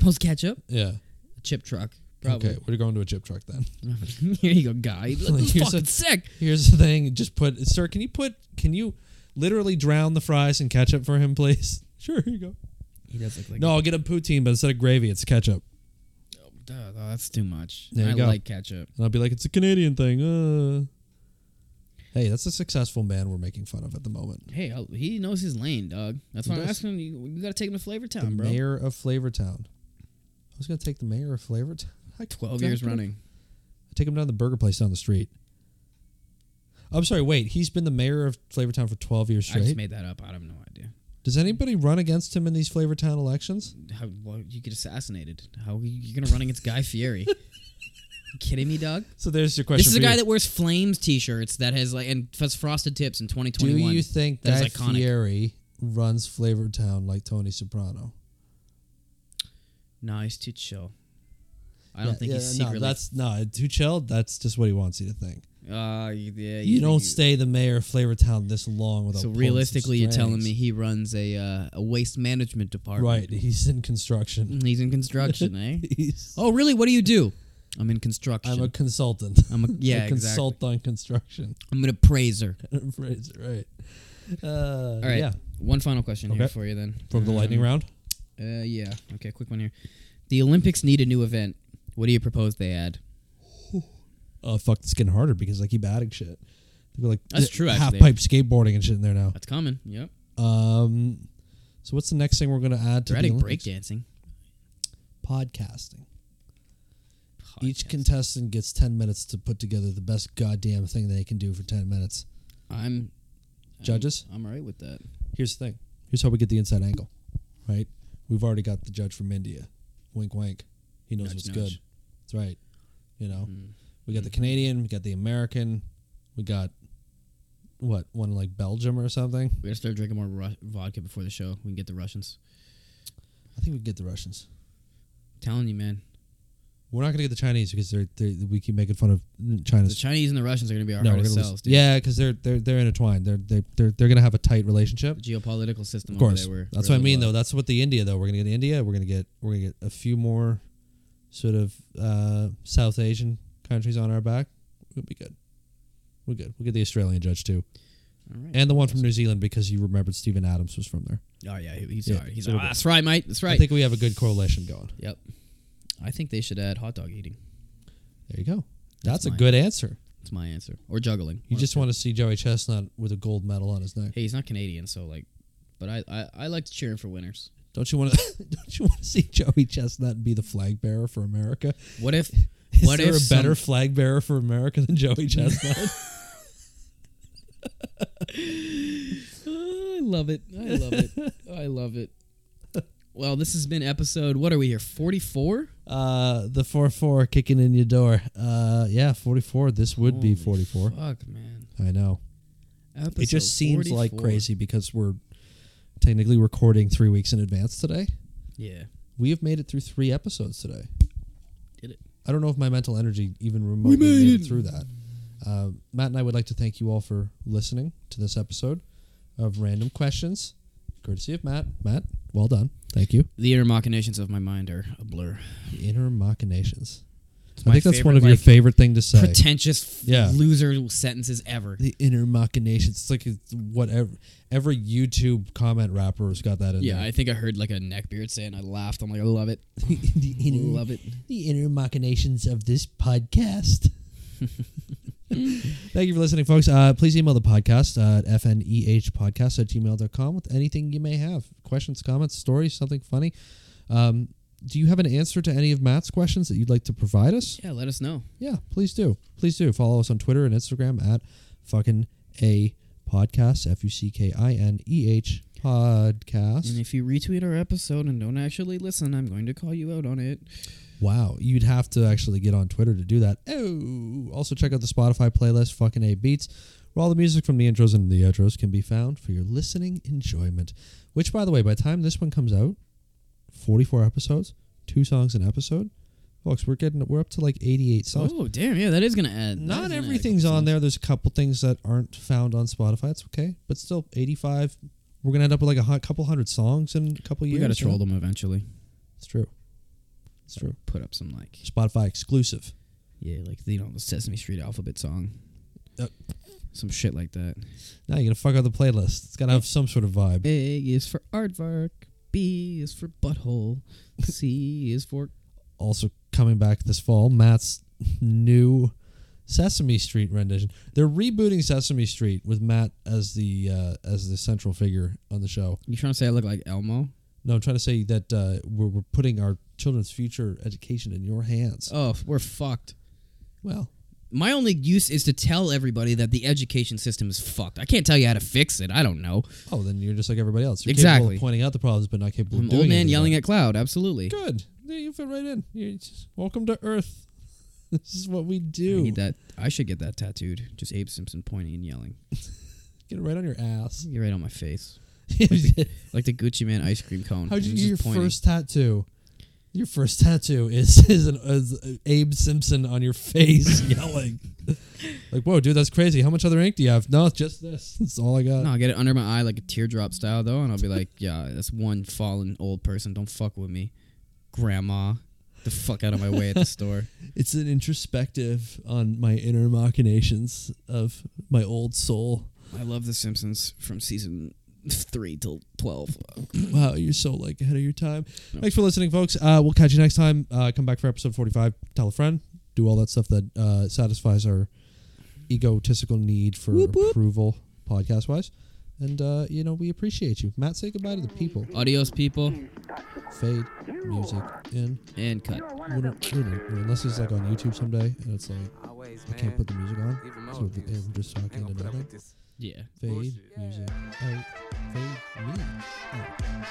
Post ketchup,
Yeah.
a chip truck, probably.
Okay, we're going to a chip truck then.
Here you go, Guy. Look,
Like,
this
here's
fucking
a-
sick.
Here's the thing. Just put, sir. Can you put? Can you literally drown the fries in ketchup for him, please? Sure. Here you go.
He does look like
No, I'll get a poutine, but instead of gravy, it's ketchup.
Oh, duh, no, that's too much.
There you
I
go.
like ketchup.
And I'll be like, it's a Canadian thing. Uh. Hey, that's a successful man we're making fun of at the moment.
Hey, I'll- he knows his lane, dog. That's why
He
I'm
does.
asking you. You got to take him to
The
Flavortown, bro.
mayor of Flavortown. I was gonna take the mayor of Flavortown. I
Twelve years
fucked up.
running.
Take him down to the burger place down the street. I'm sorry, wait. He's been the mayor of Flavortown for 12 years
I just
straight.
made that up. I have no idea.
Does anybody run against him in these Flavortown elections?
How well, you get assassinated? How are you gonna run against Guy Fieri? You kidding me, dog?
So there's your question.
This is a
for
guy
you.
that wears flames T-shirts that has like and has frosted tips in 2021.
Do you think
That
Guy
is iconic.
Fieri runs Flavortown like Tony Soprano?
nice to chill. I don't
Yeah,
think
yeah,
he's secretly.
No, that's no too chilled. That's just what he wants you to think.
uh, you- yeah,
You, don't
think-
stay the mayor of Flavortown this long without.
So
pulling some
realistically, you're telling
strings.
me he runs a uh, a waste management department.
right? He's in construction.
He's in construction, eh?
He's,
Oh, really? What do you do? I'm in construction.
I'm a consultant.
I'm a- Oh, yeah,
a
exactly.
consult on construction.
I'm an appraiser.
Phrase it right. Uh,
All right.
Yeah.
One final question here
Okay.
for you then.
From the lightning
Um,
round.
Uh, yeah. Okay, quick one here. The Olympics need a new event. What do you propose they add?
Oh fuck, it's getting harder because I keep adding shit. They're like
That's true,
Half
actually.
pipe skateboarding and shit in there now.
That's coming. Yep.
Um, so what's the next thing we're gonna add to
They're
the
adding
Olympics?
breakdancing.
Podcasting. Each
Podcast.
contestant gets ten minutes to put together the best goddamn thing they can do for ten minutes.
I'm
Judges?
I'm, alright with that.
Here's the thing. Here's how we get the inside angle, right? We've already got the judge from India. Wink, wink. He He knows
Nudge, Mm-hmm.
what's
nudge.
good. That's right. You know,
Mm.
we got the Canadian, we got the American, we got what one in like Belgium or something.
We gotta start drinking more Ru- vodka before the show. We can get the Russians.
I think we can get the Russians.
telling you, man.
We're not gonna get the Chinese because they're, they we keep making fun of
The
China's.
Chinese and the Russians are gonna be our
no, we're
hardest
gonna lose.
sells, dude.
Yeah, because they're they're they're intertwined. They're they they're they're gonna have a tight relationship.
The geopolitical system.
Of course,
Over there, we're-
that's
we're
what I mean
low.
though. That's what the India though. We're gonna get India. We're gonna get we're gonna get a few more sort of uh, South Asian countries on our back. We'll be good. We're good. We'll get the Australian judge too,
All right.
and the one from New Zealand because you remembered Stephen Adams was from there.
Oh yeah, he- he's
Yeah,
alright. He's
so we're
like, "Ah, that's right, mate. That's right.
I think we have a good correlation going.
yep. I think they should add hot dog eating.
There you go. That's,
That's
a
mine.
good answer.
That's my answer. Or juggling.
You
One of
just
the two.
want to see Joey Chestnut with a gold medal on his neck.
Hey, he's not Canadian, so like, but I I, I like to cheer him for winners.
Don't you want to? Don't you want to see Joey Chestnut be the flag bearer for America?
What if?
Is
what
there
if
a better
some-
flag bearer for America than Joey Chestnut?
I love it. I love it. I love it. Well, this has been episode. What are we here? Forty four.
Uh, the four four kicking in your door. Uh, yeah, forty four. This would be forty four.
Fuck man.
I know.
Episode
it just seems like
44.
crazy because we're technically recording three weeks in advance today.
Yeah.
We have made it through three episodes today.
Did it.
I don't know if my mental energy even remotely
made it.
made, it through that. Uh, Matt and I would like to thank you all for listening to this episode of Random Questions, courtesy of Matt. Matt, well done. Thank you.
The inner machinations of my mind are a blur.
The inner machinations. I
my
think that's one
favorite,
of your
like,
favorite thing to say.
Pretentious f-
Yeah.
loser sentences ever.
The inner machinations. It's like it's whatever. Every YouTube comment rapper has got that in
Yeah,
there.
I think I heard like a neckbeard say, it, and I laughed. I'm like, I love it.
the,
love it.
the inner machinations of this podcast. Thank you for listening, folks. Uh, please email the podcast uh, at fnehpodcast at gmail.com with anything you may have questions, comments, stories, something funny. Um, do you have an answer to any of Matt's questions that you'd like to provide us?
Yeah, let us know.
yeah, please do. Please do. Follow us on Twitter and Instagram at fucking a podcast, F U C K I N E H
And
podcast.
if you retweet our episode and don't actually listen, I'm going to call you out on it.
Wow. You'd have to actually get on Twitter to do that. Oh, also check out the Spotify playlist, fucking A Beats, where all the music from the intros and the outros can be found for your listening enjoyment. Which, by the way, by the time this one comes out, 44 episodes, two songs an episode. Folks, we're getting we're up to like 88 songs.
Oh, damn. Yeah, that is going to add. that is
Not
gonna add a
everything's
couple
on
songs.
there. There's a couple things that aren't found on Spotify. It's okay, but still, 85. We're gonna end up with like a hu- couple hundred songs in a couple
We
years.
got to
you know?
troll them eventually.
It's true. It's true.
Put up some, like,
Spotify exclusive.
yeah, like, you know, the Sesame Street alphabet song.
Uh,
some shit like that.
Now you're gonna fuck up the playlist. It's gotta have some sort of vibe.
A is for aardvark. B is for butthole. C is for.
Also coming back this fall, Matt's new Sesame Street rendition. They're rebooting Sesame Street with Matt as the uh, as the central figure on the show.
You trying to say I look like Elmo?
No, I'm trying to say that uh, we're, we're putting our children's future education in your hands.
Oh, f- we're fucked.
Well,
My only use is to tell everybody that the education system is fucked. I can't tell you how to fix it. I don't know.
Oh, then you're just like everybody else. You're capable
Exactly.
of pointing out the problems, but not capable
I'm
of doing
old man
anything
yelling
about
at cloud. Absolutely.
it. Good. Yeah, you fit right in. You're just, welcome to Earth. This is what we
I
do.
need that. I should get that tattooed. Just Abe Simpson pointing and yelling.
Get it right on your ass.
You're right on my face,
How'd
like the Gucci Man ice cream cone.
you
It was
get your
just pointing.
first tattoo? Your first tattoo is is, an, is Abe Simpson on your face yelling. like, whoa, dude, that's crazy. How much other ink do you have? No, it's just this. That's all I got.
No, I'll get it under my eye like a teardrop style though, and I'll be like, "Yeah, that's one fallen old person. Don't fuck with me, Grandma. The fuck out of my way at the store."
It's an introspective on my inner machinations of my old soul.
I love The Simpsons from season three till twelve.
Wow, you're so like ahead of your time.
No.
Thanks for listening, folks. Uh, we'll catch you next time. Uh, come back for episode 45. Tell a friend. Do all that stuff that uh, satisfies our egotistical need for
Whoop, whoop.
approval, podcast wise. And uh, you know we appreciate you, Matt. Say goodbye to the people.
Adios, people,
Fade music in.
and cut.
We don't- we don't- Unless it's like on YouTube someday, and it's like
Always,
I
man.
can't put the music on.
Even
So
more
the-
views.
we're just
Ain't
talking
gonna
and
put up
nothing.
with this.
Yeah.
Fade
Bullshit.
music. Oh, fade me. Oh.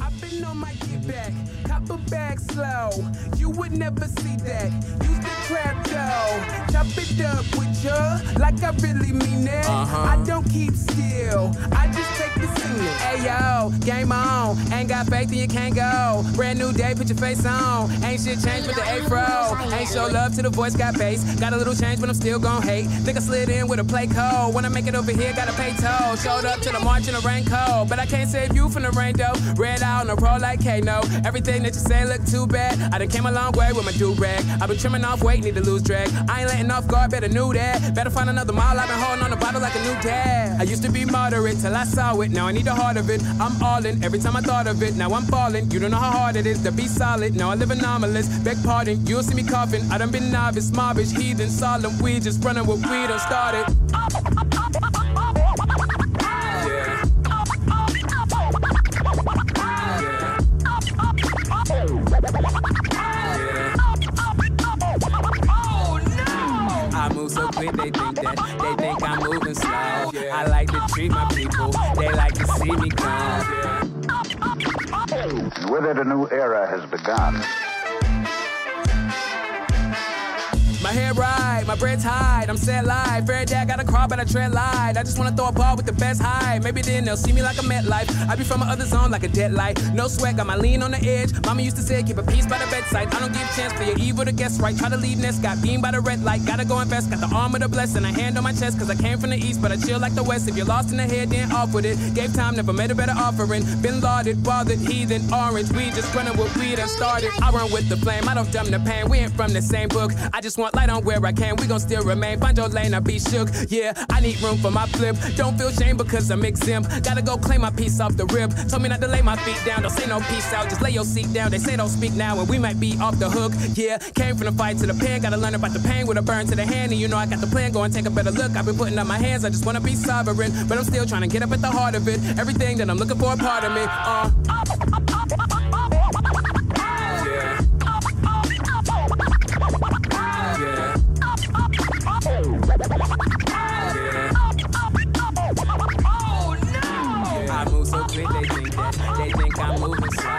I've been on my get back, copper bag slow. You would never see that. Use the trap though. Chop it up with ya, like I really mean it. I don't keep still, I just take the signal. Hey yo, game on. Ain't got faith then you can't go. Brand new day, put your face on. Ain't shit changed with the afro. Ain't show love to the voice, got bass. Got a little change, but I'm still gon' hate. Think I slid in with a play code. When I make it over here, gotta pay toll. Showed up to the march in the rain cold, but I can't save you from the rain though. Red out on a roll like Kano. Everything that you say look too bad. I done came a long way with my do rag. I've been trimming off weight, need to lose drag. I ain't letting off guard, better knew that. Better find another mile. I've been holding on the bottle like a new dad. I used to be moderate till I saw it. Now I need the heart of it. I'm all in every time I thought of it. Now I'm falling. You don't know how hard it is to be solid. Now I live anomalous. Beg pardon, you'll see me coughing. I done been novice, mobbish, heathen, solemn. We just running what we done started. Yeah. I move so quick, they think that they think I'm moving slow. I like to treat my people, they like to see me go.
With it, a new era has begun.
My hair right, my bread's high, I'm set live. Fair day, I got a crowd, but I tread light. I just wanna throw a ball with the best high. Maybe then they'll see me like a met life. I be from another zone like a deadlight. No sweat, got my lean on the edge. Mama used to say, keep a peace by the bedside. I don't give chance for your evil to guess right. Try to leave nest, got beamed by the red light. Gotta go invest, got the arm of the blessed and a hand on my chest. Cause I came from the east, but I chill like the west. If you're lost in the head, then off with it. Gave time, never made a better offering. Been lauded, bothered, heathen, orange. We just running what we done started. I run with the flame, I don't dumb the pain. We ain't from the same book. I just want light on where I can. We gon' still remain. Find your lane, I be shook. Yeah, I need room for my flip. Don't feel shame because I'm exempt. Gotta go claim my piece off the rip. Told me not to lay my feet down. Don't say no peace out. Just lay your seat down. They say don't speak now, and we might be off the hook. Yeah, came from the fight to the pen. Gotta learn about the pain with a burn to the hand. And you know I got the plan. Go and take a better look. I've been putting up my hands. I just wanna be sovereign, but I'm still trying to get up at the heart of it. Everything that I'm looking for, a part of me. Uh. Yeah. Yeah. Yeah. I move so quick, they think that they think I'm moving slow. I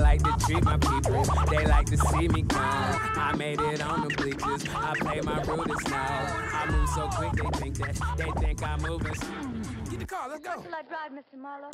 like to treat my people, they like to see me go. I made it on the bleachers, I play my rudest now. I move so quick, they think that they think I'm moving slow. Get the car, let's go.
Till I drive, Mr. Marlowe.